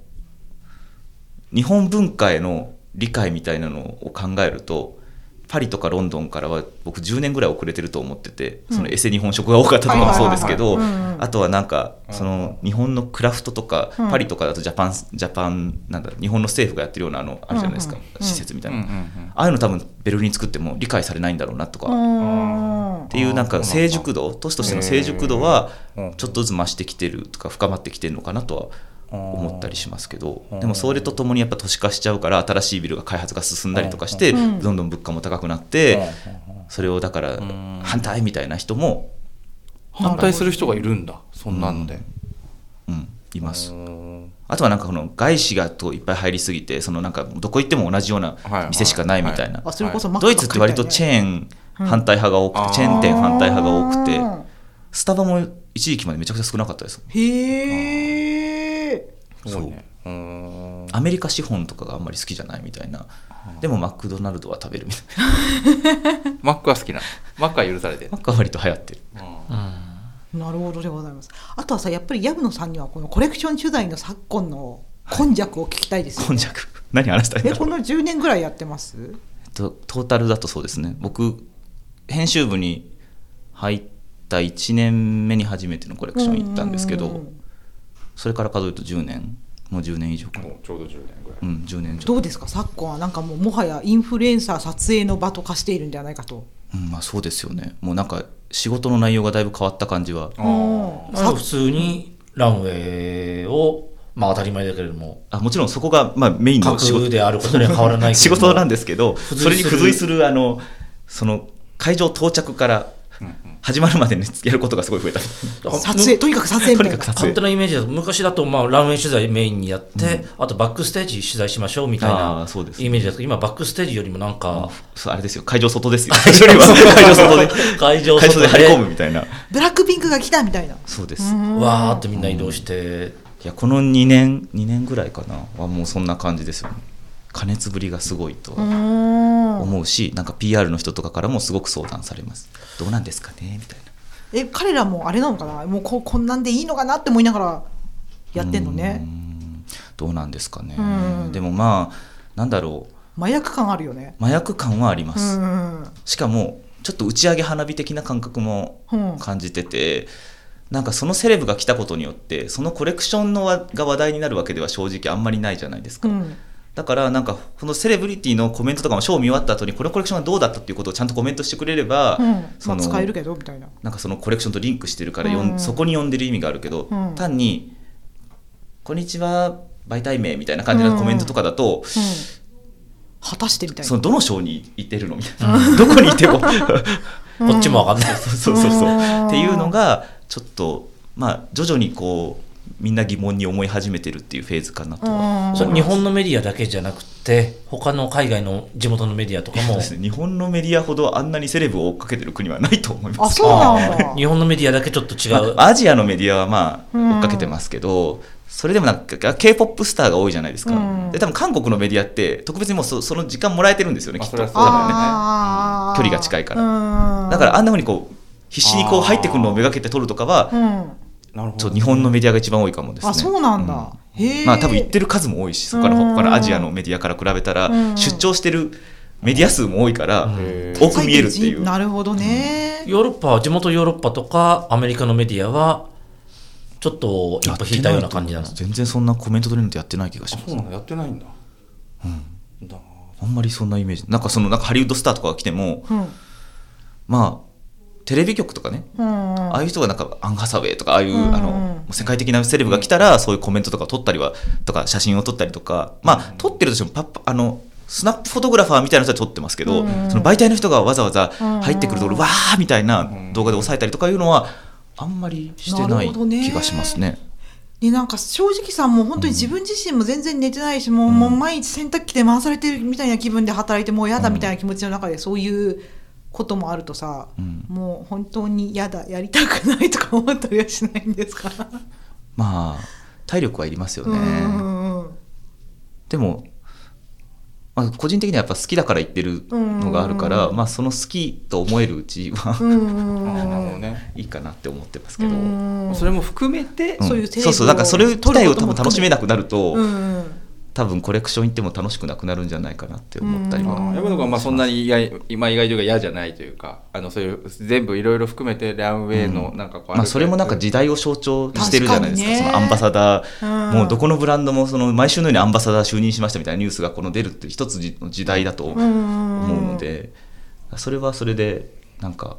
D: 日本文化への理解みたいなのを考えるとパリとかロンドンからは僕10年ぐらい遅れてると思っててそのエセ日本食が多かったとかもそうですけど
A: はいはいはいはいうんうん
D: あとはなんかその日本のクラフトとか
A: うん
D: パリとかだとジャパンジャパンなんだろう日本の政府がやってるようなあのあるじゃないですか
A: うんうん
D: 施設みたいな、
C: うんうんうん
D: ああいうの多分ベルリン作っても理解されないんだろうなとか、
A: うん
D: っていうなん
C: あ
D: か
C: ーそうなんだ
D: 成熟度都市としての成熟度は
C: へー
D: ちょっとずつ増してきてるとか深まってきてるのかなとは思ったりしますけど
C: あー
D: でもそれとともにやっぱ都市化しちゃうから新しいビルが開発が進んだりとかして
A: うん
D: どんどん物価も高くなっ
C: うんうん
D: て
C: うん
D: それをだから
C: ん
D: 反対みたいな人も、
C: 反対する人がいるんだそんなんで、
D: うん、います
C: う。ん
D: あとはなんかこの外資がといっぱい入りすぎてそのなんかどこ行っても同じような店しかないみたいな
A: あそれこそマック
D: ドイツって割とチ
A: ェ
D: ェーン反対派が多く
C: うん
D: てチェーン店反対派が多くて
A: あ
D: スタバも一時期までめちゃくちゃ少なかったです
A: ーへえ
C: すごいねうーん
D: アメリカ資本とかがあんまり好きじゃないみたいなでもマクドナルドは食べるみたいな
C: マックは好きなのマックは許されてる
D: マックは割と流行ってる
C: うん
A: なるほどでございますあとはさやっぱり薮野さんにはこのコレクション取材の昨今の今弱を聞きたいですよ
D: 今
A: ね
D: 弱 [laughs] 何話したいん
A: え
D: だろ
A: こ
D: う、
A: の10年ぐらいやってます
D: えっと、トータルだとそうですね僕編集部に入った1年目に初めてのコレクション行ったんですけ
A: うんうんう
D: ど
A: ん
D: それから数えると10年もう10年以上か
C: もうちょうど10年ぐらい
D: うん10年以上
A: どうですか昨今はなんかもうもはやインフルエンサー撮影の場と化しているんじゃないかと
D: うんまあそうですよねもうなんか仕事の内容がだいぶ変わった感じは
A: うん
B: まあ普通にランウェイを、まあ、当たり前だけれども
D: あもちろんそこが、まあ、メインの仕事
B: 核であることには変わらないけども
D: 仕事なんですけど
B: 付随する
D: それに付随するあのその会場到着から始まるまでにやることがすごい増えた
A: 撮影とにかく撮影み
D: と
A: たい
D: に
A: な
D: かく撮
B: 勝
D: 影
B: 手なイメージだと昔だとまあランウェイ取材メインにやって、あとバックステージ取材しましょうみたい
D: あ
B: な
D: ーそうですね
B: イメージだと今バックステージよりもなん
D: [laughs] あ
B: か
D: そうあれですよ会場外ですよそれは [laughs] 会場外で
B: 会場外で
D: 会場で張り込むみたいな
A: ブラックピンクが来たみたいな
D: そうです、い
B: わーってみんな移動して、
D: やこの2年2年ぐらいかなはもうそんな感じですよね加熱ぶりがすごいとは
A: うん
D: 思うし、なんか PR の人とかからもすごく相談されますどうなんですかねみたいな
A: え彼らもあれなのかなもうこうこんなんでいいのかなって思いながらやってんのね
D: うんどうなんですかね
A: うん
D: でもまあなんだろう
A: 麻薬感あるよね
D: 麻薬感はありま
A: う
D: す、
A: んうん
D: しかもちょっと打ち上げ花火的な感覚も
A: うん
D: 感じてて、なんかそのセレブが来たことによってそのコレクションのわが話題になるわけでは正直あんまりないじゃないです
A: う
D: か、
A: ん
D: だからなんかこのセレブリティのコメントとかもショーを見終わった後にこのコレクションがどうだったっていうことをちゃんとコメントしてくれれば、
A: うんま
D: そ
A: あ
D: の
A: 使えるけどみたいな
D: なんかそのコレクションとリンクしてるからよん
A: うん
D: そこに呼んでる意味があるけど、
A: うん
D: 単に「こんにちは媒体名」みたいな感じのコメントとかだと、
A: うん、果たしてみたい
D: そ
A: な
D: のどの賞にいてるのみたいな、 [laughs] どこにいても
A: うん
B: こっちもわかんない、
D: そうそうそう
A: うん
D: っていうのがちょっとまあ徐々にこうみんな疑問に思い始めてるっていうフェーズかなとは
A: うん
B: それ日本のメディアだけじゃなくて他の海外の地元のメディアとか
D: そう
B: も
D: ですね日本のメディアほどあんなにセレブを追っかけてる国はないと思いま
A: あ、
D: す
A: そうなんだ。
B: 日本のメディアだけちょっと違う、
D: まあアジアのメディアはまあ
A: うん
D: 追っかけてますけど、それでもなんか k p o p スターが多いじゃないですか、
A: うん
D: で多分韓国のメディアって特別にもうそその時間もらえてるんですよね
C: ま
D: き
C: あ
D: っと
C: それは
D: 多
C: そうだよね
D: 分ね
A: あー
D: 距離が近いから
A: うん
D: だからあんなふうにこう必死にこう入ってくるのをめがけて撮るとかは、
A: うん。
C: なるほど
D: そう日本のメディアが一番多いかもですね
A: あ、そうなんだ。へえ。
D: まあ多分行ってる数も多いしそこから
A: うん
D: 他のアジアのメディアから比べたら
A: うん
D: 出張してるメディア数も多いから
C: へー
D: 多く見えるっていう
A: なるほどね。
B: ヨーロッパは地元ヨーロッパとかアメリカのメディアはちょっと一歩引いたような感じなの
D: 全然そんなコメント取れるのってやってない気がし
C: あ
D: ま
C: そう
D: す
C: なんだやってないんだうんだ
D: あんまりそんなイメージなんかそのなんかハリウッドスターとかが来ても
A: うん。うん
D: まあテレビ局とかね
A: うん
D: ああいう人がなんかアン・ハサウェイとかああいう、
A: うんうん
D: あのもう世界的なセレブが来たらそういうコメントとかを撮ったりはとか写真を撮ったりとかまあ撮ってるとしてもパッパあのスナップフォトグラファーみたいな人は撮ってますけど、
A: うんうん
D: その媒体の人がわざわざ入ってくると
A: う
D: ころ、
A: んうん
D: わーみたいな
C: うん
D: 動画で押さえたりとかいうのはあんまりして
A: な
D: な
A: る
D: い
A: ほどね
D: 気がしますね。
A: ね、なんか正直さもう本当に自分自身も全然寝てないし、もうもう毎日洗濯機で回されてるみたいな気分で働いてもう嫌だみたいな気持ちの中でそういうこともあるとさ、
D: うん
A: もう本当に嫌だやりたくないとか思ったりはしないんですか、
D: まあ体力はいりますよ
A: うん
D: ね。
A: うんうん
D: でも、まあ、個人的にはやっぱ好きだから言ってるのがあるから、
A: うん
D: まあ、その好きと思えるうちは、
A: うんう
C: あ
A: んう
C: ーなるほど
A: ん
C: ね
D: [laughs] いいかなって思ってますけ
A: う
D: ど。
A: んうん
C: それも含めて
A: そういうテレビを
D: そうそうだからそれ自体を多分楽しめなくなると、
A: うんうん
D: 多分コレクション行っても楽しくなくなるんじゃないかなって思ったり
A: う
D: は、
A: ん
C: 山野君はまあそんなに意外今意外というか嫌じゃないというかあのそういう全部いろいろ含めてランウェイのなんかこう、
D: まあ、それもなんか時代を象徴してるじゃないですか
A: 確かにね
D: そのアンバサダー、
A: うん
D: もうどこのブランドもその毎週のようにアンバサダー就任しましたみたいなニュースがこの出るって一つの時代だと思
A: 思
D: うので、それはそれでなんか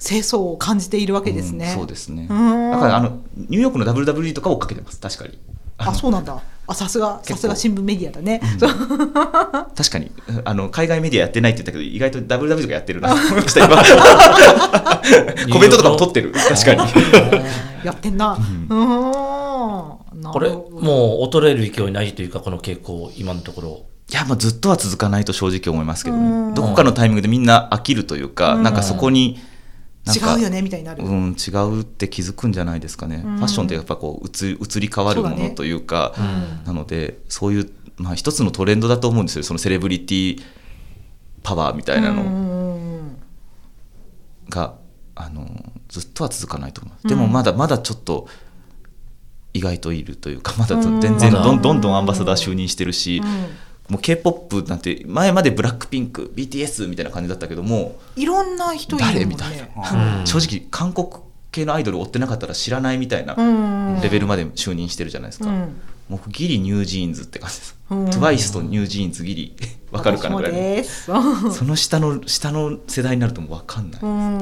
A: 清掃を感じているわけですね、
D: うんそうですね、
A: うん
D: だからあのニューヨークの WWE とか追っかけてます確かに
A: あそうなんだあさすが
D: 結
A: さ
D: 構
A: すが新聞メディアだね、そう
D: 確かにあの海外メディアやってないって言ったけど意外と WWE とかやってるなと思いました今
A: [laughs]
D: コメントとかも取ってる確かに
A: やってんなうーんなるほど
B: これもう衰える勢いないというかこの傾向今のところ
D: いや、まあ、ずっとは続かないと正直思いますけど
A: うん
D: ね。どこかのタイミングでみんな飽きるというか、
A: うん
D: なんかそこに、なんか
A: 違うよねみたいになる、
D: うん、違うって気づくんじゃないですかね。
A: うん
D: ファッションってやっぱこう、移移り変わるも
A: そうだ
D: の
A: ね
D: というか、
B: ん
D: なので、そういう、まあ、一つのトレンドだと思うんですよ。そのセレブリティパワーみたいな
A: う
D: の
A: ん
D: が、あの、ずっとは続かないと思います。でもまだまだちょっと、意外といるというか、ま [laughs] だ
A: うん
D: 全然
B: まだ
D: どんどんどんアンバサダー就任してるし、
A: うん
D: もう K-POP なんて前までブラックピンク BTS みたいな感じだったけども
A: いろんな人いるもん、ね、
D: 誰みたい
B: うん
D: な、正直韓国系のアイドル追ってなかったら知らないみたいな
A: うん
D: レベルまで就任してるじゃないですか、
A: うん
D: 僕ギリニュージーンズって感じです、
A: うん
D: TWICE とニュージーンズギリわかるかなぐら
A: 私も
D: い
A: ですうん
D: のその下の下の世代になるともうわかんない、
A: うん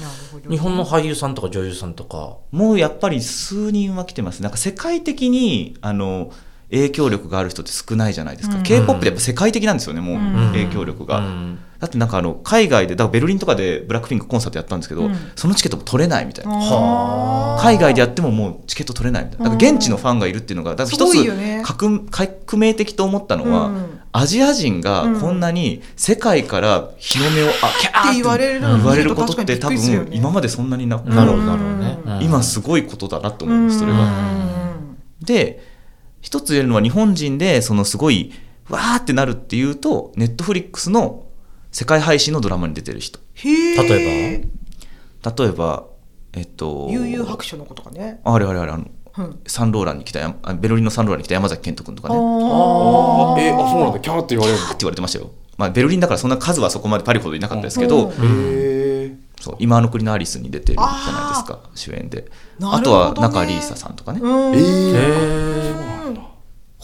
A: なるほど
B: 日本の俳優さんとか女優さんとか
D: もうやっぱり数人は来てますなんか世界的にあの影響力がある人って少ないじゃないですか、
A: うん
D: K-POP ってやっぱ世界的なんですよねもう
A: うん
D: 影響力が、
B: うん
D: だってなんかあの海外でだからベルリンとかでブラックピンクコンサートやったんですけど、
A: うん
D: そのチケットも取れないみたいな
A: は
D: 海外でやってももうチケット取れないみたいなだから現地のファンがいるっていうのがだから一
A: す
D: つ
A: ごいよね
D: 革革命的と思ったのは、
A: うん
D: アジア人がこんなに世界から日の目を、あキャー
A: って言われるのを見ると
D: 言われることって多
A: 確かにびっくりするよ
D: 分
A: ね
D: 今までそんなにな
B: なるほ
A: う
B: ど
A: ん
B: なるほどね、うん
D: 今すごいことだなと思い
A: うん
D: ますそれ
A: う
D: が。
A: ん
D: で一つ言えるのは日本人でそのすごいわーってなるっていうとネットフリックスの世界配信のドラマに出てる人
A: へえ
B: 例えば
D: 例えばえっと
A: 悠々白書のことかね
D: あれあれあれあの
A: うん
D: サンローランに来たやあベルリンのサンローランに来た山崎賢人君とかねわーっ
C: あ
A: あ
C: ーえあそうなんだキャーって言われる
D: て言われてましたよ、まあ、ベルリンだからそんな数はそこまでパリほどいなかったですけど、
A: うん
C: へえ
D: そう今あの国のアリスに出てるじゃないですか主演で
A: な
D: あ
A: るほ
D: と
A: どね
D: は中里依紗さんとかね、
A: うん
C: えー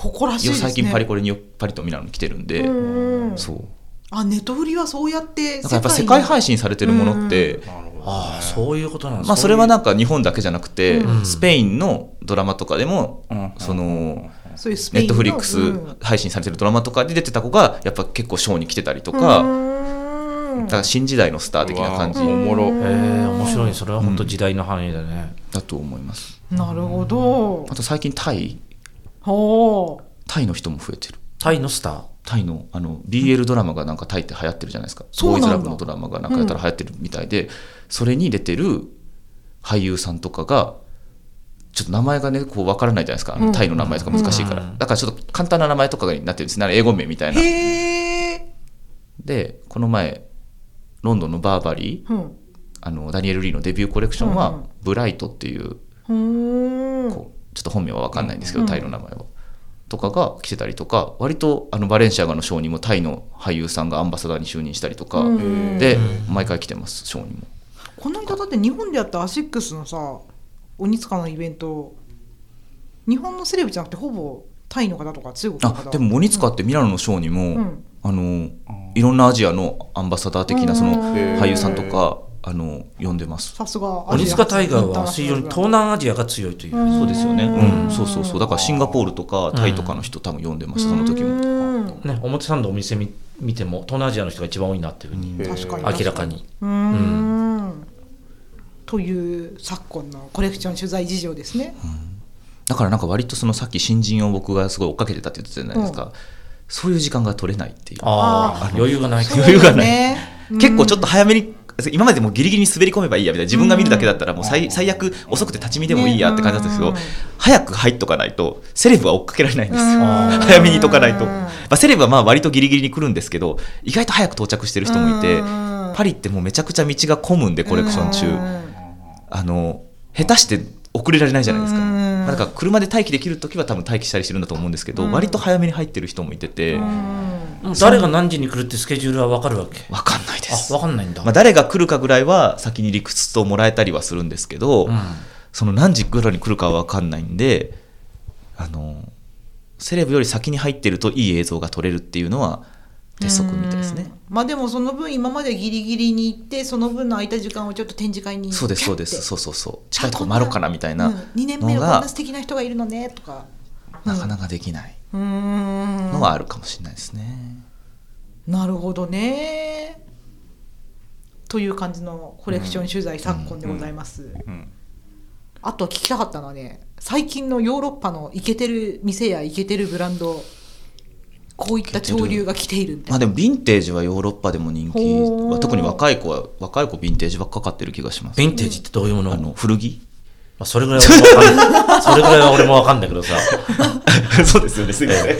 A: 誇らしい
D: よ
A: ですね
D: 最近パリコレによパリとミラノに来てるんで、
A: うん
D: そう
A: あネットフリはそうやって
D: だからやっぱ世界配
A: 信
D: 信されてるものって、
C: なるほど
B: ああそういうことなんです
D: まあ、それは
B: な
D: なんか日本だけじゃなくて、
B: うん
D: スペインのドラマとかでも、
C: うん
D: その
A: そういうスペ
D: ネ
A: イ
D: ッ
A: ン
D: ト
A: の
D: フリック
A: う
D: ス
A: ん
D: 配信されてるドラマとかで出てた子がやっぱ結構ショーに来てたりと
A: う
D: か、
A: うん
D: だから新時代のスター的な感じ
C: うわおもろ
B: えー、面白いそれは本当時代の範囲だね、
D: だと思います
A: なるほど
D: あと最近タイ
A: ほう
D: タイの人も増えてる
B: タイのスター
D: タイのあの BL ドラマがなんかタイって流行ってるじゃないですか
A: そう
D: ボー
A: なん
D: イ
A: だ
D: ズラブのドラマがなんかやったら流行ってるみたいで、それに出てる俳優さんとかがちょっと名前がねこう分からないじゃないですか、あ
A: う
D: の
A: ん
D: タイの名前とか難しいから、
B: うん
D: だからちょっと簡単な名前とかになってるんですねあの英語名みたいな
A: へえ
D: でこの前ロンドンのバーバリー
A: うん
D: あのダニエル・リーのデビューコレクション
A: うんうん
D: は「ブライト」っていう
A: ほー
D: こうちょっと本名は分かんないんですけど、
A: うん
D: タイの名前は。とかが来てたりとか割とあのバレンシアガのショーにもタイの俳優さんがアンバサダーに就任したりとか、
A: うん
D: で毎回来てますショーにも。
A: この間だって日本でやったアシックスのさ鬼塚のイベント日本のセレブじゃなくてほぼタイの方とか中国の方
D: あでもモニツカってミラノのショーにも、
A: ん
D: あのいろんなアジアのアンバサダー的なその
A: うん
C: へー
D: 俳優さんとかあの呼んでます。
A: さすが
B: 鬼塚タイガーは非常に東南アジアが強いという、
D: そうですよね。
A: うん
D: うん、そうそうそう。だからシンガポールとかタイとかの人多分呼んでました、その時も。
A: も
B: ね、表参道のお店見見ても東南アジアの人が一番多いなっていうふうに、
C: へー
A: 確かに
B: 明らかに
A: うーんという昨今のコレクション取材事情ですね
D: だからなんか割とそのさっき新人を僕がすごい追っかけてたって言ってたじゃないですか。そういう時間が取れないっていう。
B: ああ余裕がないか
A: そう
B: ら
A: ですね
D: 余裕がない結構ちょっと早めに今までもうギリギリに滑り込めばいいやみたいな自分が見るだけだったらもう最最悪遅くて立ち見でもいいやって感じだったんですけど、
A: ね
D: 早く入っとかないとセレブは追っかけられないんですよ、
A: うん
D: 早めにいとかないと、
A: うん
D: まあ、セレブはまあ割とギリギリに来るんですけど意外と早く到着してる人もいて、
A: うん
D: パリってもうめちゃくちゃ道が混むんでコレクション中、
A: うん
D: あの下手して遅れられないじゃないですか、
A: うん
D: まあだから車で待機できる時は多分待機したりしてるんだと思うんですけど、
A: うん
D: 割と早めに入ってる人もいてて、わ
B: うん誰が何時に来るってスケジュールは分かるわけ
D: かんないです
B: あ分かんないんだ、
D: まあ、誰が来るかぐらいは先に理屈ともらえたりはするんですけど、
B: うん
D: その何時ぐらいに来るかは分かんないんであのセレブより先に入ってるといい映像が撮れるっていうのは鉄則みたいですね。
A: うんまあでもその分今までギリギリに行ってその分の空いた時間をちょっと展示会に
D: そうですそうですそうそうそう近いとこ回ろうかなみたいな
A: 2年目の
D: の
A: こんな
D: が
A: 素敵な人がいるのねとか
D: なかなかできないう
A: ーん
D: のはあるかもしれないですね。
A: なるほどねという感じのコレクション取材昨今でございます、
C: うん
A: あと聞きたかったのはね最近のヨーロッパのイケてる店やイケてるブランドこういった潮流が来ているみた
D: まあ
A: いな
D: でもヴィンテージはヨーロッパでも人
A: ほう
D: 気特に若い子は若い子ヴィンテージばっか買ってる気がします
B: ヴ。ィンテージってどういうもの
D: あの古着
B: まあ、それぐらいは俺も分かんないそれぐらいは俺も分かんないけどさ
D: [laughs] そうですよねすいませんい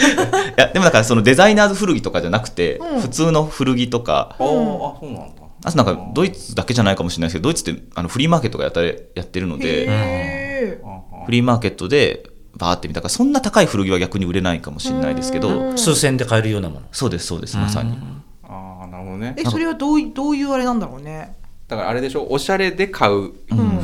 D: やでもだからそのデザイナーズ古着とかじゃなくて、
A: うん
D: 普通の古着とか
C: あーあそうなんだ
D: あとなんかドイツだけじゃないかもしれないですけどドイツってあのフリーマーケットがやたらやってるので
A: へー
C: ああ
D: フリーマーケットでバーって見たからそんな高い古着は逆に売れないかもしれないですけ
A: う
D: ど
A: ん
B: 数千円で買えるようなもの
D: そうですそうですまさに
C: あーなるほどね
A: えそれはどういどういうあれなんだろうね
C: だからあれでしょおしゃれで買う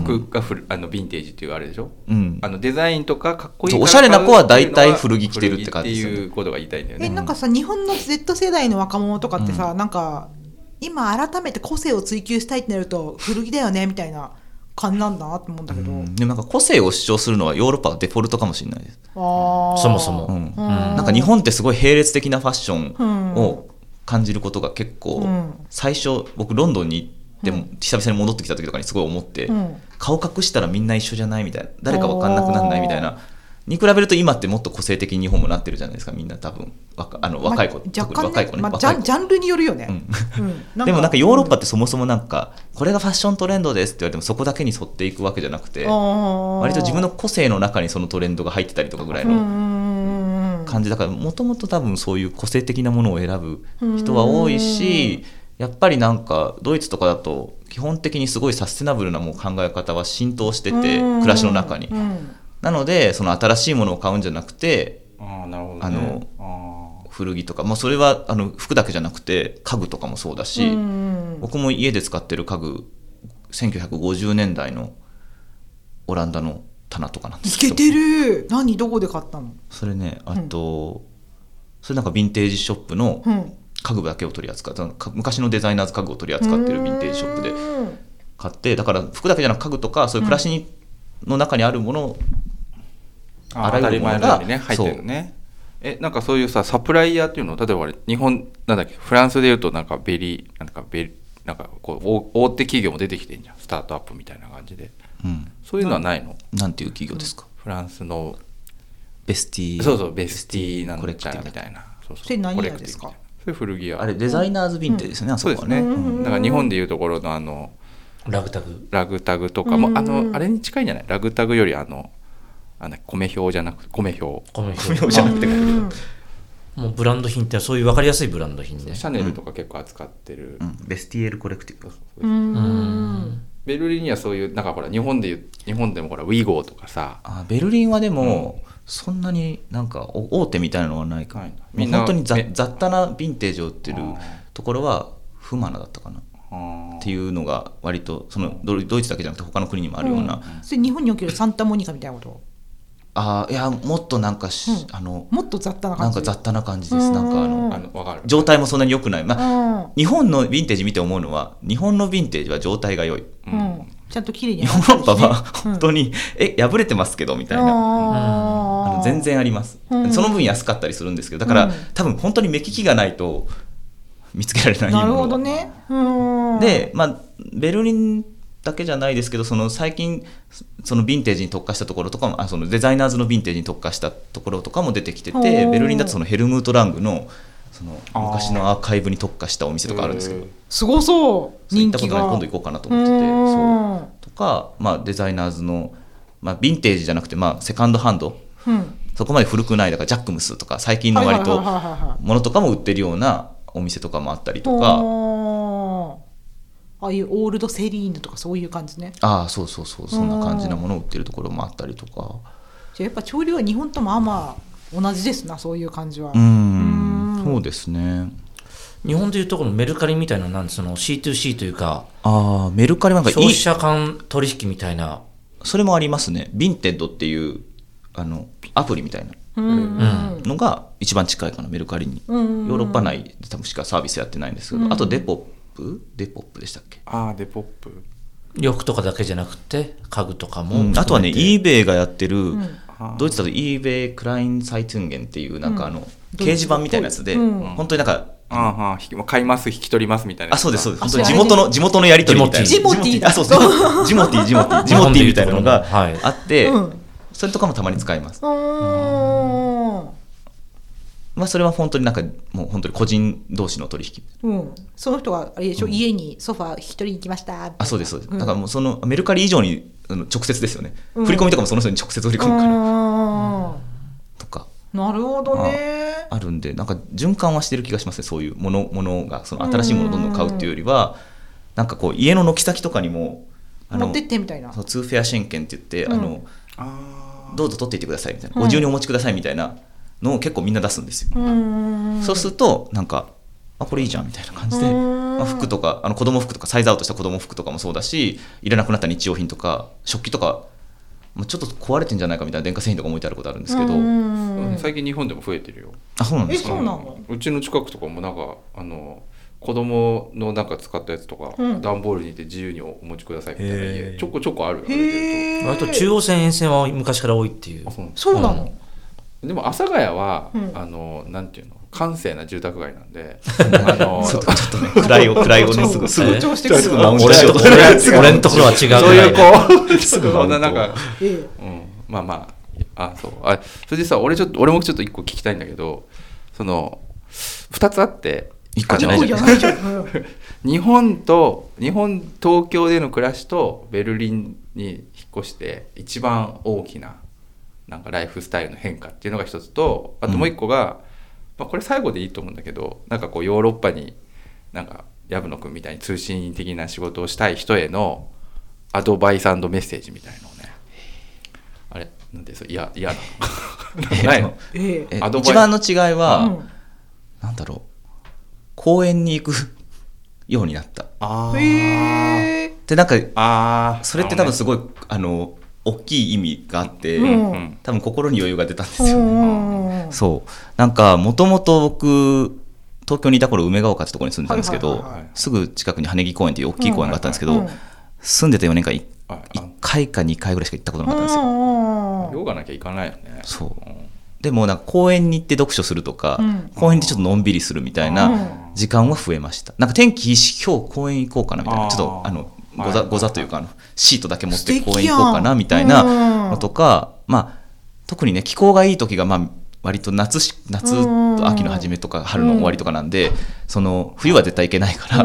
C: 服がフル、あのヴィンテージっていうあれでしょ
D: うん
C: あのデザインとかかっこいい
D: そう
C: から買う
D: おしゃれな子は大体古着着てるって感じですよ
C: っ
D: ね
C: ていうことが言いたいんだよ
A: え
C: ね
A: なんかさ日本の Z 世代の若者とかってさ、なんか今改めて個性を追求したいってなると古着だよねみたいな感じなんだなって思うんだけど、
D: うんでもなんか個性を主張するのはヨーロッパがデフォルトかもしれないです、
A: あー
B: そもそも
D: うん
B: うん
D: なんか日本ってすごい並列的なファッションを感じることが結構、
A: うん
D: 最初僕ロンドンに行っても久々に戻ってきた時とかにすごい思って、
A: うん
D: 顔隠したらみんな一緒じゃないみたいな誰か分かんなくなんないみたいなに比べると今ってもっと個性的に日本もなってるじゃないですかみんな多分若あの若い子、
A: まあ
D: 特に
A: 若
D: 若
A: 干
D: い
A: ね
D: 子ね、
A: まあ、ジ
D: 若
A: ャ
D: い
A: ン
D: 子
A: ジャンルによるよね、うん
D: でもなんかヨーロッパ
A: っ
D: ってそもそもなんかこれがファッショントレンドですって言われてもそこだけに沿っていくわけじゃなくて割
A: 割
D: と自分の個性の中にそのトレンドが入ってたりとかぐらいの
A: の
D: 感じだからもともと多分そういう個性的なものを選ぶ人は多いしやっぱりなんかドイツとかだと基本的にすごいサステナブルなもう考え方は浸透してて暮らしの中に。なのでその新しいものを買うんじゃなくて
C: ああなるほど、ね、
D: あの
C: あ
D: 古着とか、まあ、それはあの服だけじゃなくて家具とかもそうだし、僕も家で使ってる家具1950年代のオランダの棚とかなんで
A: い
D: すけ
A: け
D: ど
A: てる何どこで買ったの、
D: それねあと、それなんかヴィンテージショップの
A: うん、
D: 家具だけを取り扱ってか昔のデザイナーズ家具を取り扱ってるヴィンテージショップで
A: うん
D: 買ってだから服だけじゃなく家具とかそういう暮らしに、の中にあるもの
C: あああ
D: あ
C: 当
D: らゆ
C: た
D: る
C: り
D: もの
C: 前
D: が
C: のようにね入ってるのねえなんかそういうさサプライヤーっていうの例えばあれ日本なんだっけフランスでいうとなんかベリーなんかベリなんかこう大大手企業も出てきてんじゃんスタートアップみたいな感じで
D: うん、
C: そういうのはないの
D: なんていう企業ですか、
C: フランスの
D: ベスティ
C: そうそうベスティなん
D: コレク
C: ち
D: テ
C: ゃ
D: ィ
C: ら
D: ブ
C: みたいなそう
A: それ何
C: コレクティ
A: です
C: ブ
A: か
C: みたいなそれ古着屋
D: あれデザイナーズヴィンテですね、あそ
C: そうで
D: こ
C: す
D: は
C: ね、
D: ね
C: うんだから日本でいうところのあの
B: ラグタグ
C: ラグタグとか、
A: うん
C: もあのあれに近いんじゃないラグタグよりあのあの米表じゃなくて米表
B: この人
D: 米表じゃなくて
A: うん
B: もうブランド品ってそういう分かりやすいブランド品ね
C: シャネルとか結構扱ってる、
D: うんベスティエールコレクティブ
A: うん
B: うん
C: ベルリンにはそういうなんかほら日本でいう日本でもほらウィゴーとかさ
D: あベルリンはでも、そんなになんかお大手みたいなのはないか
C: は
D: ら、
C: いみ
D: み
C: ん
D: ん
C: な
D: な本当にざ
C: え
D: 雑多なヴィンテージを売ってる
C: あー
D: ところはフマナだったかなっ
C: って
D: いうのが割とそのドドイツだけじゃなくて他の国にもあるような、
A: それ日本におけるサンタモニカみたいなこと
D: あーいやもっとなんかし、
A: うん
D: あの
A: もっと雑多な
D: な
A: 感
D: ん
A: じ
D: か雑多な感じですなんかあ
A: うん
D: の
C: あのわかる
D: 状態もそんなに良くない、まあ、
A: うん
D: 日本のヴィンテージ見て思うのは日本のヴィンテージは状態が良い
A: うんちゃんと綺麗に
D: ヨーロッパは
A: うん
D: 本当に、え破れてますけどみたいな、
A: あ
D: あの
A: ー
D: 全然あります、
A: うん
D: その分安かったりするんですけどだから、
A: うん
D: 多分本当に目利きがないと見つけられないもの
A: な
D: は
A: るほどねうん
D: で、まあ、ベルリンだけじゃないですけどその最近そのヴィンテージに特化したところとかもあそのデザイナーズのヴィンテージに特化したところとかも出てきて
A: お
D: て
A: ー
D: ベルリンだとそのヘルムート・ラングのその
C: あー
D: 昔のアーカイブに特化したお店とかあるんですけど
A: すごそう
D: そうい
A: 人
D: ったこ
A: 気
D: とない
A: が
D: 今度行こうかなと思っててそうとか、まあ、デザイナーズの、まあ、ヴィンテージじゃなくて、まあ、セカンドハンド
A: そううん
D: そこまで古くないだからジャックムスとか最近の割と
A: はいはいはいはいはい
D: ものとかも売ってるようなお店とかもあったりとか、
A: おーああいうオールドセリーヌとかそういう感じね
D: ああそうそうそうそんな感じなものを売ってるところもあったりとか
A: じゃあやっぱ調理は日本とまあまあ同じですなそういう感じは
D: う
A: うん
D: んそうですね
B: 日本でいうとこのメルカリみたいななんその C2C というか
D: ああメルカリはなんかい
B: 消
D: い
B: 費者間取引みたいな
D: それもありますねヴィンテッドっていうあのアプリみたいな
A: うん
B: うん
D: のが一番近いかなメルカリに、
A: うんうんうん
D: ヨーロッパ内で多分しかサービスやってないんですけど、あとデポップデポップでしたっけ、
C: ああデポップ
B: 洋服とかだけじゃなくて家具とかも
D: うんあとはね
B: 含めて
D: eBay がやってる、
C: あ
D: ドイツだと eBay クラインサイトゥンゲンっていうなんかあの、掲
A: ドイツっぽい
D: 示板みたいなやつで、
A: うん
D: 本当になんか
C: あーはー引きもう買います引き取りますみたいな
D: あそうですそうです
A: あ
D: 本当に
A: そ
D: 地
A: う
D: 元の地元のやり取りみたいな
A: ジモティージモティーだ
D: あそうそうジモティージモティージモティーみたいなのが
B: 日本でいうところの
D: あって、
A: うん
D: それとかもたまに使います、
A: うん
D: まあ、それは本当になんかもう本当に個人同士の取引
A: うんその人があれでしょ、家にソファー引き取りに行きましたみたいな
D: あそうですそうです、
A: ん
D: だからもうそのメルカリ以上にあの直接ですよね、振り込みとかもその人に直接振り込むから
A: あ
D: とか
A: ーなるほどね
D: あるんでなんか循環はしてる気がしますねそういうものものがその新しいものをどんどん買うっていうよりはなんかこう家の軒先とかにもあ
A: 持
D: の
A: ってってみたいな
D: そうツーフェア信券って言って、あの
C: あ
D: どうぞ取っていってくださいみたいな、
A: はい
D: ご自由にお持ちくださいみたいなのを結構みんな出すんですよ、
A: うん
D: そうするとなんかあこれいいじゃんみたいな感じで、
A: うん
D: まあ、服とかあの子供服とかサイズアウトした子供服とかもそうだしいらなくなった日用品とか食器とかもうちょっと壊れてんじゃないかみたいな電化製品とかも置いてあることあるんですけど、
A: うん
C: ー最近日本でも増えてるよ
D: あそうなんで
A: え
D: すか
A: そうなの
C: うちの近くとかもなんかあの子供のなんか使ったやつとか、
A: うん
C: 段ボールに入れて自由にお持ちくださいみたいな
B: へ
C: 家
B: ー
C: ちょこちょこあるよ歩いてる
A: へえ
B: 割と中央線沿線は昔から多いっていう
C: とあそうなんです
A: そうなの、
C: でも阿佐ヶ谷は、
A: うん
C: あのなんていうの閑静な住宅街な
A: [laughs]
C: んであの
D: そうちょっとね暗いお暗いおねすぐ
A: す
D: す
A: ぐ
D: ぐ
A: 調してくる
D: すぐマウント
B: 俺
D: しようと
B: 俺俺のところは違うぐらい
C: そういうこう
D: すぐ
C: [laughs] そんななんか、
A: ええ
C: うん、まあまああそうあそれでさ俺ちょっと俺もちょっと一個聞きたいんだけどその二つあって
D: 一個じゃない
A: こ
D: じ
A: う
D: ゃん
A: じゃないじゃんうん
C: 日本と日本東京での暮らしとベルリンに引っ越して一番大きななんかライフスタイルの変化っていうのが一つとあともう一個が、まあ、これ最後でいいと思うんだけどなんかこうヨーロッパになんか藪野君みたいに通信的な仕事をしたい人へのアドバイスメッセージみたいのをねあれなんでそれいやい
D: [laughs]
C: やなのないの
A: ええ
D: え
C: アドバイ
D: 一番の違いは、
A: うん
D: なんだろう公園に行くようになった
C: あー
A: え
D: でなんか
C: あー
D: それって多分
C: あ
D: すごいあの大きい意味があって、
A: う
C: の
A: ん
C: ねうん
D: 多分心に余裕が出たんです
A: う
D: よね、
A: んうん
D: そうなんかもともと僕東京にいた頃梅ヶ丘ってところに住んでたんですけど、
A: はいはい
C: はいはい
D: すぐ近くに羽根木公園っていう大きい公園があったんですけど、
A: うんうん
D: 住んでた4年間1
C: ああ
D: 回か2回ぐらいしか行ったことなかったんですよ、
A: う
C: 用がなきゃいかないよね
D: そうんでもなんか公園に行って読書するとか、
A: うん
D: 公園でちょっとのんびりするみたいな、
A: うん
D: 時間は増えましたなんか天気いいし今日公園行こうかなみた
C: あ
D: いな
C: ー
D: ちょっとあの
C: はい
D: ござござというかあのシートだけ持っ
A: 素
D: て
A: 敵
D: 公園行こうか
A: や
D: なんみたいなのとかまあ特にね気候がいい時がまあ割と夏し夏
A: うん
D: と秋の初めとか春の終わりとかなんでその冬は絶対行けないから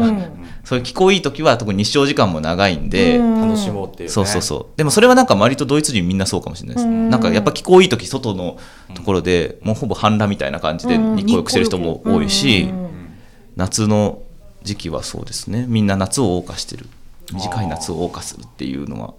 D: そういう気候いい時は特に日照時間も長いん [laughs] で。
C: 楽しもうっていうね
D: そうそうそうでもそれはなんか割とドイツ人みんなそうかもしれないです、
A: うん
D: なんかやっぱ気候いい時外のところで、もうほぼ半裸みたいな感じで
A: うん
D: 日光浴してる人も多いし、
A: うん
C: うん
D: 夏の時期はそうですねみんな夏を謳歌してる短い夏を謳歌するっていうのは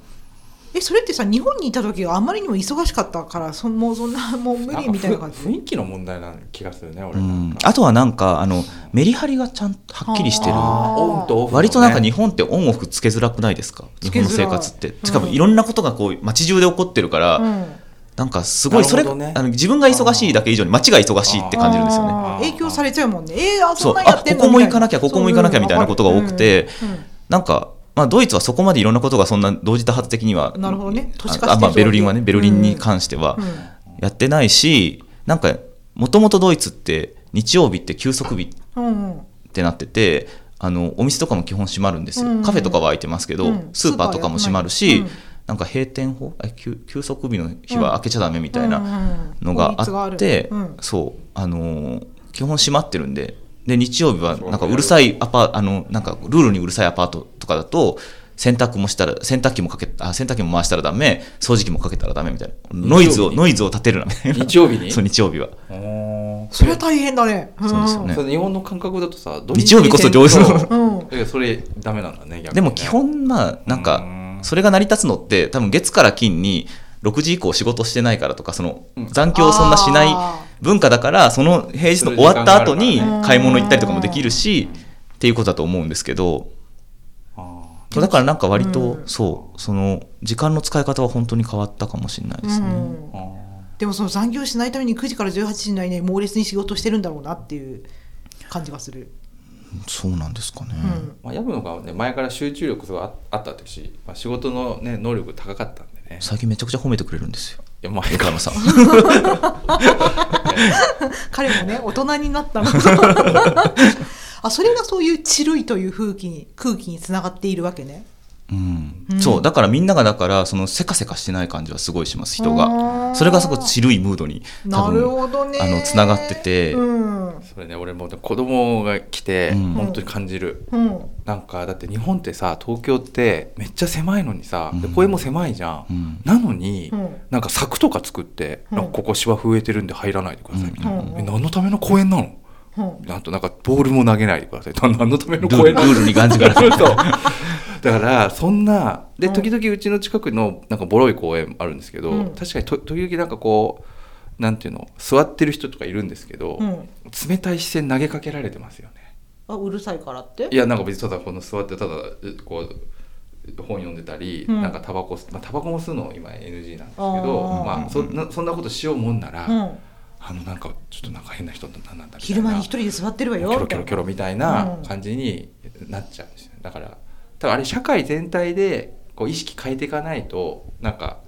A: えそれってさ日本にいた時があまりにも忙しかったからそもうそんな [laughs] もう無理みたいな感
C: んかふ
A: じ
C: 雰囲気の問題な気がするね
D: う
C: 俺なん
D: ん
C: か
D: あとはなんかあのメリハリがちゃんとはっきりしてる
C: あーオンとオフのね
D: 割となんか日本ってオンオフつけづらくないですか日本の生活って
A: つけづらい
D: しかもいろんなことがこう街中で起こってるから、
A: うん
D: なんかすごいそれ、
C: なるほどね
D: あの自分が忙しいだけ以上に街が忙しいって感じるんですよね
A: あー影響されちゃうもんねえー、あそ
D: そ
A: ん
D: う
A: なんや
D: あ
A: って
D: こ
A: んの
D: こも
A: み
D: 行
A: たい
D: か
A: な
D: なきゃここも行かなきゃみたいなことが多くて、
A: うんうんうん
D: なんか、まあ、ドイツはそこまでいろんなことがそんな同時多発的には
A: なるほどね都市化してる
D: あまあ、
A: 状況
D: ベルリンはねベルリンに関しては
A: うん
D: やってないし、なんかもともとドイツって日曜日って休息日
A: うんうん
D: ってなっててあのお店とかも基本閉まるんですよ、
A: うん
D: カフェとかは開いてますけど、
A: うん
D: スーパーとかも閉まるし、
A: うん
D: なんか閉店法あ休休息日の日は開けちゃダメみたいな。のがあっ
A: う
D: て、
A: んうんうん
D: そうあのー基本閉まってるんでで日曜日はなんかうるさいアパあのなんかルールにうるさいアパートとかだと洗濯もしたら洗濯機もかけあ洗濯機も回したらダメ掃除機もかけたらダメみたいなノイズ
C: 日曜
D: を
C: 日に
D: ノイズを立てるなみたいな
C: 日曜日に
D: そう日曜日は
C: おー
A: それは大変だね
D: そうですよね
C: それ日本の感覚だとさ土
D: 日曜日こそ上手
C: に行けんと
A: うん
C: だけどそれダメなんだね逆にね
D: でも基本まあなん
C: う
D: か
C: ん
D: それが成り立つのって多分月から金に6時以降仕事してないからとかその
C: うん
D: 残業をそんなしない
A: あ
D: 文化だからその平日の終わった後に
C: そうい
A: があるから
C: う時間
A: ね
D: 買い物行ったりとかもできるしっていうことだと思うんですけど
C: あ
D: だからなんか割と
A: うん
D: そうその時間の使い方は本当に変わったかもしれないです
A: う
D: ね。
A: ん
C: ーあ
A: でもその残業しないために9時から18時の間に猛烈に仕事してるんだろうなっていう感じがする、
D: そうなんですかね。
A: うん
C: ーまあ、ヤブのがね前から集中力がああったってし、まあ、仕事の、ね、能力高かったんでね
D: 最近めちゃくちゃ褒めてくれるんですよ。
C: いや前
D: 横
C: から
D: 山さん。
A: 彼もね大人になった
D: [laughs]
A: のあそれがそういうチルいという風気に空気につながっているわけね
D: うん
A: うん
D: そうだからみんながだからそのせかせかしてない感じはすごいします人
A: あー
D: がそれがすごいちるいムードに多
A: なる
D: 分
A: ほどね
D: あのつながってて
A: うん、うん
C: [laughs] それね俺もね子供が来て、
D: うん
C: 本当に感じるなんかだって日本ってさ東京ってめっちゃ狭いのにさ、で
D: うん
C: 公園も狭いじゃん、
D: うん
C: なのに、
A: うん
C: なんか柵とか作って、
A: うん
C: なんかここ芝増えてるんで入らないでくださいみたいな、
A: うん
C: え何のための公園なの
A: うん
C: なんとなんかボールも投げないでください何のための
D: ルー
C: 公
D: ル
C: 園
D: ル
C: なの
D: ールにがんじがら
C: そ
D: め
C: うそうだからそんなで
A: うん
C: 時々うちの近くのなんかボロい公園あるんですけど、
A: うん
C: 確かにと時々なんかこうなんていうの座ってる人とかいるんですけど、
A: うん
C: 冷たい視線投げかけられてますよね
A: あうるさいからって
C: いやなんか別にただこの座ってただこう本読んでたり、
A: うん
C: なんかタバコ吸まあタバコも吸うの今 NG なんですけど
A: あー
C: まあそんなそんなことしようもんな
A: う
C: ら、
A: ん、
C: あのなんかちょっとなんか変な人なんなんだみたいな
A: 昼間に一人で座ってるわよ
C: キョロキョロキョロみたいな
A: うん
C: 感じになっちゃうんですよだから多分あれ社会全体でこう意識変えていかないとなんか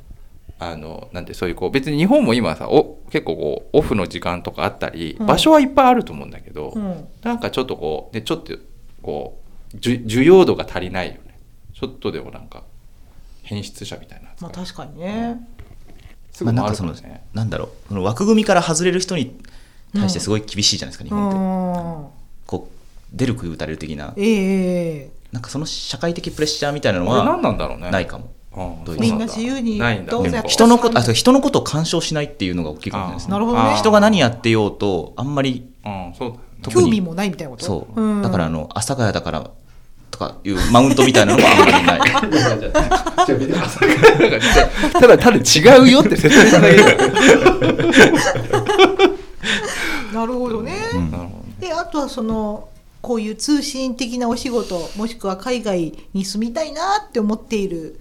C: あのなんてそういうこう別に日本も今さお結構こうオフの時間とかあったり
A: うん
C: 場所はいっぱいあると思うんだけど、
A: うん
C: なんかちょっとこうでちょっとこうじゅ需要度が足りないよねちょっとでもなんか変質者みたいな
A: まあ確かにね、
C: [laughs] す
D: ま
C: ぐ
D: あ、なん
C: 回
D: か
C: るか
D: そ
C: も
D: の
C: ね、
D: なんだろうその枠組みから外れる人に対してすごい厳しいじゃないですか、日
A: う
D: 本って
A: ん、
D: こう出る杭打たれる的な
A: ええ
D: なんかその社会的プレッシャーみたいなの
C: あれ何
D: は
C: なんだろうね
D: ないかも、
C: うん
D: どういう
A: みんな自由に
C: ないんだ
A: どうせ
C: でも
D: 人のことあそう人のことを干渉しないっていうのが大きいかもしれないです
A: な
D: ね
A: るほどね
C: あー
D: 人が何やってようとあんまり
C: うんそうだよね
D: 特に
A: 興味もないみたいなこと
D: そう、
A: ん
D: だからあの阿佐ヶ谷だからとかいうマウントみたいなのもあんまりない
A: [laughs]
C: ただただ違うよって説明しただけだよ。
D: [laughs]
A: なるほどね、
D: うん
C: なるほ
A: であとはそのこういう通信的なお仕事もしくは海外に住みたいなって思っている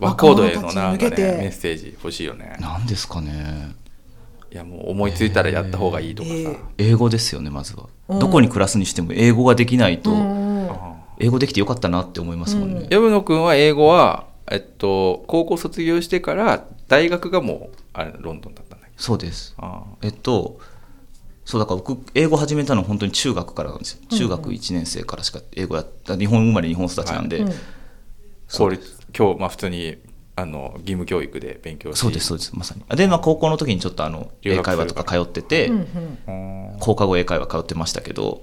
C: ど。和光堂へのな
A: 若者
C: ん
A: た
C: かね
A: ちに向けて
C: メッセージ欲しいよね。
D: なんですかね
C: いやもう思いついたらやった方がいいとかさ。
A: えー
D: 英語ですよねまずは、
A: うん
D: どこに暮らすにしても英語ができないと、
A: うん
D: 英語できてよかったなって思いますもんね、
C: 薮野君は英語はえっと高校卒業してから大学がもうあれロンドンだったんだっけ
D: そうです
C: あ
D: えっとそうだから僕英語始めたの本当に中学からなんですよ中学1年生からしか英語やった日本生まれ日本育ちなんで、
A: うん
C: 公立今日まあ普通にあの義務教育で勉強し
D: そうですそうですまさにあで、まあ、高校の時にちょっとあの
C: 留
D: 英
C: 学す
D: 会
C: る
D: 話とか通ってて、
A: うんうん
C: うん
D: 放課後英会話通ってましたけど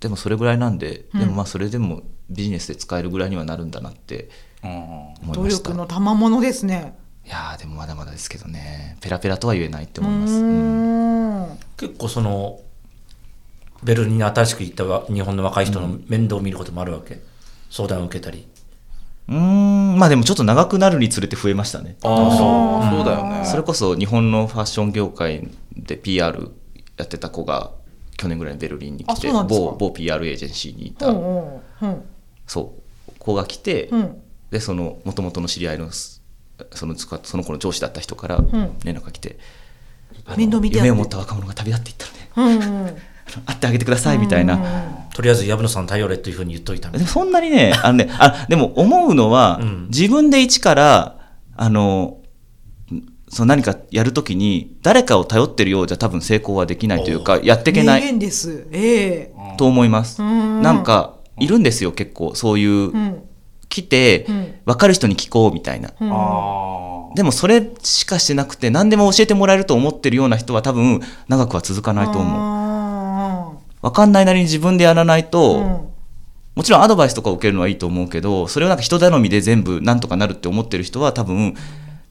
D: でもそれぐらいなんで、
A: うん
D: でもまあそれでもビジネスで使えるぐらいにはなるんだなって
C: うん
D: 思い
A: 努
D: ました
A: 力の賜物ですね。
D: いやーでもまだまだですけどねペラペラとは言えないって
A: うー
D: 思います、うん
A: ん
B: 結構そのベルリンに新しく行ったわ日本の若い人の面倒を見ることもあるわけ、相談を受けたり
D: うーんまあでもちょっと長くなるにつれて増えましたね
C: あ
A: あ
C: あ
A: ー
C: そうだよね
D: それこそ日本のファッション業界で PR やってた子が去年ぐらいにベルリンに
A: あ
D: 来
A: そ
D: て
A: うなんですか
D: 某某 PR エージェンシーにいた、
A: うんうん
D: そう子が来て、
A: うん
D: でその元々の知り合いのすその使その子の上司だった人から
A: ん
D: 連絡が来て、あの
A: 面倒見てやって
D: 夢を持った若者が旅立っていったので [laughs]
A: うんうんうん
D: あの会ってあげてくださいみたいな、
B: とりあえず藪野さん頼れというふうに言っといたみた
D: で
B: い
D: もそんな
A: [laughs]
D: にね、あのね、あ、でも思うのは、
B: うん
D: 自分で一から、あの、その何かやるときに、誰かを頼ってるようじゃ多分成功はできないというか、やっていけな
A: 名
D: い
A: 言です。ええ
D: と思います。
A: うん
D: なんか、いるんですよ、結構。そういう
A: う、ん
D: 来て
A: うん、
D: 分かる人に聞こうみたいな。
A: うん
C: ああ
D: でもそれしかしてなくて、何でも教えてもらえると思ってるような人は多分、長くは続かないと思う。
A: 思
D: 分かんないなりに自分でやらないと、
A: うん
D: もちろんアドバイスとかを受けるのはいいと思うけどそれをなんか人頼みで全部なんとかなるって思ってる人は多分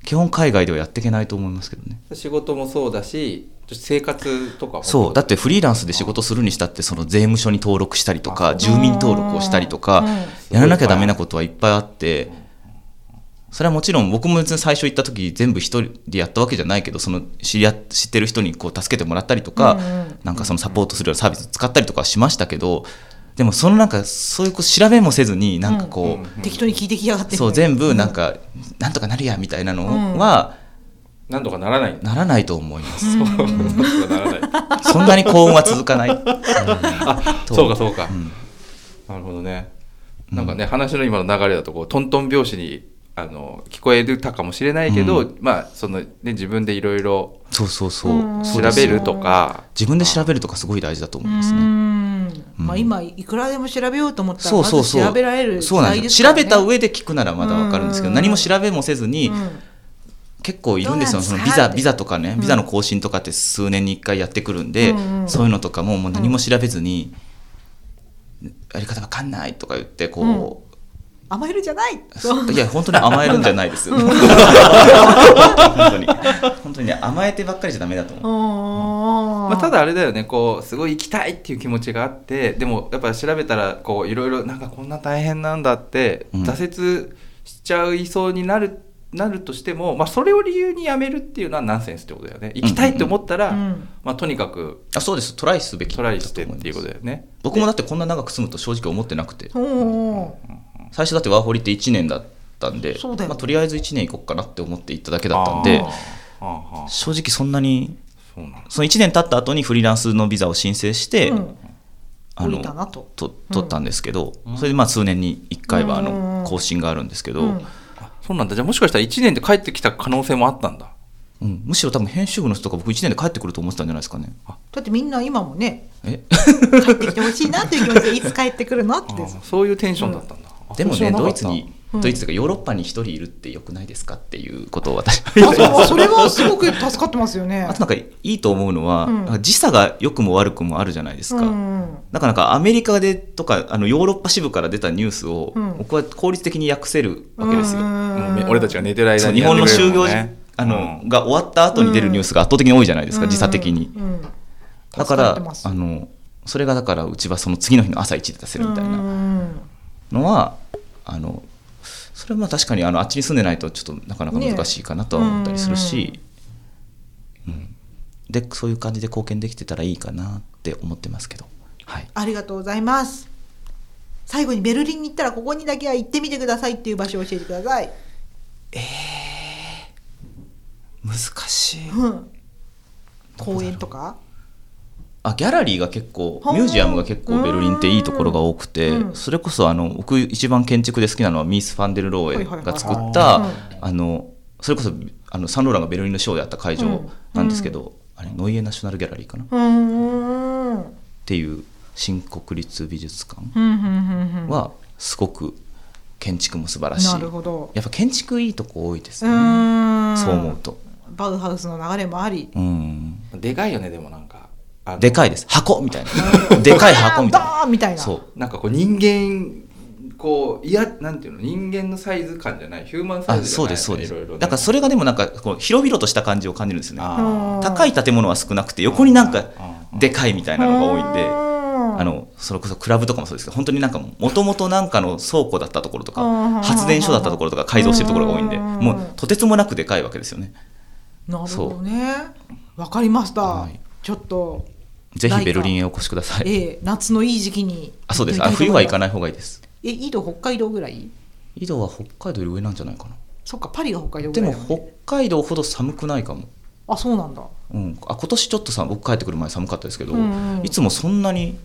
D: 基本海外ではやっていけないと思いますけどね
C: 仕事もそうだし生活とかも
D: そうだってフリーランスで仕事するにしたってその税務署に登録したりとか住民登録をしたりとか
C: うん
D: やらなきゃダメなことはいっぱいあってそれはもちろん僕も別に最初行った時全部一人でやったわけじゃないけどその知り合知ってる人にこう助けてもらったりとか
A: うんうん
D: なんかそのサポートするようなサービス使ったりとかはしましたけどでもそのなんかそういうこう調べもせずになんかこう、
C: うん
A: 適当に聞いてきやがって。
D: [laughs] そう全部なんか、なんとかなるやみたいなのは
C: なんとかならないんだ
D: ならないと思います、
C: そう [laughs] なんとかならない
D: そんなに幸運は続かない、
A: [laughs]
D: と
C: そうかそうか、
D: ん
C: なるほどねなんかね、話の今の流れだとこうトントン拍子にあの聞こえたかもしれないけど、
D: う
C: まあそのね自分でいろいろ
D: そうそうそう
A: うん
D: そ
C: 調
D: うです
C: べるとか
D: 自分で調べるとかすごい大事だと思います
A: う
D: ね
A: んまあ今いくらでも調べようと思ったら
D: そう
A: ま
D: そう
A: ず
D: そう
A: 調べられる時
D: そうなん
A: 代
D: で
A: ですす
D: よ
A: からね
D: 調べた上で聞くならまだわかるんですけ
A: うん
D: ど何も調べもせずに
A: うん
D: 結構いるんですよ
A: どう
D: そ
A: なん
D: の
A: です
D: ビ
A: か
D: ザ
A: って
D: ビザとかねビザの更新とかって数年に1回やってくるんで
A: うんうん
D: そういうのとかももう何も調べずにやり方わかんないとか言ってこう
A: 甘えるじゃない。そう
D: いや本当に甘えるんじゃないですよ。本当に本当にね甘えてばっかりじゃダメだと思う。
C: ま
A: ま
C: あ、ただあれだよねこうすごい行きたいっていう気持ちがあってでもやっぱ調べたらこういろいろなんかこんな大変なんだって、
D: うん
C: 挫折しちゃいそうになるなるとしても、まあ、それを理由にやめるっていうのはナンセンスってことだよね行きたいって思ったら、
A: うん
C: まあ、とにかく
D: あそうですトライすべき
C: トライしてっ
D: だと思
C: ていうことだよね。
D: 僕もだってこんな長く住むと正直思ってなくて
A: うん
D: 最初だってワーホリって1年だったんで
A: そうだよ
D: まあ、とりあえず1年行こうかなって思って行っただけだったんで
C: あーあーあー
D: 正直そんなに
C: そうなんだ
D: その1年経った後にフリーランスのビザを申請して、
A: うん
D: あ
A: 降りたなと
D: と取ったんですけど、それでまあ数年に1回はあ
A: うんうん
D: の更新があるんですけど、
A: うん
C: そうなんだじゃあもしかしたら1年で帰ってきた可能性もあったんだ
D: うんむしろ多分編集部の人とか僕1年で帰ってくると思ってたんじゃないですかね。
A: だってみんな今もね
D: え
A: 帰ってきてほしいなっていう気持ち
D: [laughs]
A: でいつ帰ってくるのって
C: あーそういうテンションだったんだ、あ
D: でも
C: そう
D: ね
C: 知らなか
D: ド
C: っ
D: イ
C: た
D: ツに
A: うん
D: ドイツというかヨーロッパに一人いるってよくないですかっていうことを私は
A: あそうそれはすごく助かってますよね
D: [laughs] あとなんかいいと思うのは、
A: うん
D: なんか時差が良くも悪くもあるじゃないですか。
A: うん
D: だからなんかアメリカでとかあのヨーロッパ支部から出たニュースを、
A: うん
D: 僕は効率的に訳せるわけですよ。
C: もうめ俺たちが寝てる間
D: そう
C: に
D: 日
C: やっ
D: 本
C: てく
D: の
C: れるも
D: 就業
C: ん
D: 時、
C: ね
D: あの、
C: うん
D: が終わった後に出るニュースが圧倒的に多いじゃないですか、時差的に。
A: うんうん
D: だか
A: 助かって
D: ら
A: ます
D: あのそれがだからうちはその次の日の朝一で出せるみたいな。
A: うん
D: のはあのそれはまあ確かにあのあっちに住んでないとちょっとなかなか難しいかなとは思ったりするし、うん、でそういう感じで貢献できてたらいいかなって思ってますけど、はい、
A: ありがとうございます最後にベルリンに行ったらここにだけは行ってみてくださいっていう場所を教えてください、
D: 難しい
A: うん、公園とか
D: あギャラリーが結構
A: ほう
D: ミュージアムが結構ベルリンっていいところが多くて、
A: うん
D: それこそあの僕一番建築で好きなのはミース・ファンデル・ローエが作っ
A: は
D: た、
A: いはいはい
D: あのそれこそあのサンローランがベルリンのショーであった会場なんですけど、あれノイエ・ナショナル・ギャラリーかなっ
A: うーんうん
D: ていう新国立美術館
A: うんうんうん
D: はすごく建築も素晴らしい
A: なるほど
D: やっぱ建築いいとこ多いです
A: う
D: ね
A: ーん
D: そう思うと
A: バウハウスの流れもあり
D: うん
C: でかいよねでもなんかあの
D: でかいです箱みたいなでかい箱みたい
A: ドーンみた [laughs] い
D: な
A: な
D: そう
C: なんかこう人間こういやなんていうの人間のサイズ感じゃないヒューマンサイ
D: あ
C: ズじ
D: そ
C: ゃ
D: う
C: ない
D: ですそうです
C: いろいろね
D: だからそれがでもなんかこう広々とした感じを感じるんですよね
C: あ
D: 高い建物は少なくて横になんか
C: あ
D: でかいみたいなのが多いんであ
A: あ
D: のそれこそクラブとかもそうですけど本当になんかもともとなんかの倉庫だったところ
A: う
D: と
A: ん
D: か発電所だったところとか改造してるところが多いんで
A: うん
D: もうとてつもなくでかいわけですよね
A: なるほどねわかりました、
D: はい
A: ちょっと
D: ぜ
A: ない
D: ひ
A: か
D: ベルリンへお越しください
A: ええ夏のいい時期に
D: あそうですあ冬は行か
A: ない
D: ない方がいいです
A: え緯度北海道ぐらい
D: 緯度は北海道より上なんじゃないかな
A: そっかパリが北海道ぐ
D: で
A: らい
D: も
A: だね
D: 北海道ほど寒くないかも、
A: あそうなんだ
D: うん、あ今年ちょっとさ僕帰ってくる前寒かったですけど、
A: うんうん
D: いつもそんなに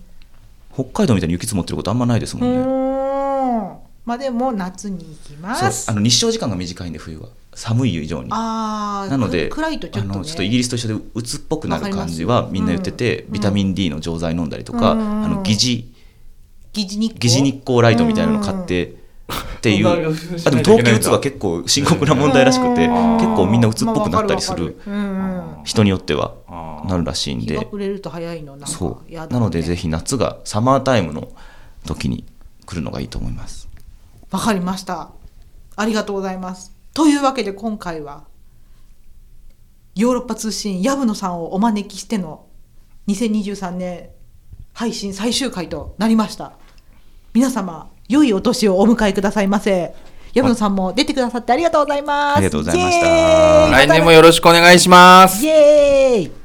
D: 北海道みたいに雪積もってることあんまないです
A: う
D: もんね、
A: ーんまあでも夏に行きま
D: そう
A: す
D: あの日照時間が短いんで冬は寒い以上に
A: あー
D: なので
A: く暗いとちょっと、
D: あ
A: ね、
D: のちょっとイギリスと一緒で鬱っぽくなる感じ
A: わかり
D: は
A: ます
D: みんな言ってて、
A: うん
D: ビタミン D の錠剤飲んだりとか、
A: うん
D: あの疑似
A: 疑似日光
D: 疑似日光ライトみたいなの買って、っていう
C: うん
D: あでも冬季うつは結構深刻な問題らしくて、
A: うん
D: 結構みんな鬱っぽくなったりする、
A: まあわかるわかるうん
D: 人によっては
C: あー
D: なるらしいん
A: 日
D: で
A: が暮れると早いのなんか
D: そう
A: やだね
D: なのでぜひ夏がサマータイムの時に来るのがいいと思います
A: わかりましたありがとうございますというわけで今回はヨーロッパ通信藪野さんをお招きしての2023年配信最終回となりました皆様良いお年をお迎えくださいませ藪野さんも出てくださってありがとうございます
D: ありがとうございました
A: イエーイ
C: 来年もよろしくお願いします
A: イエーイ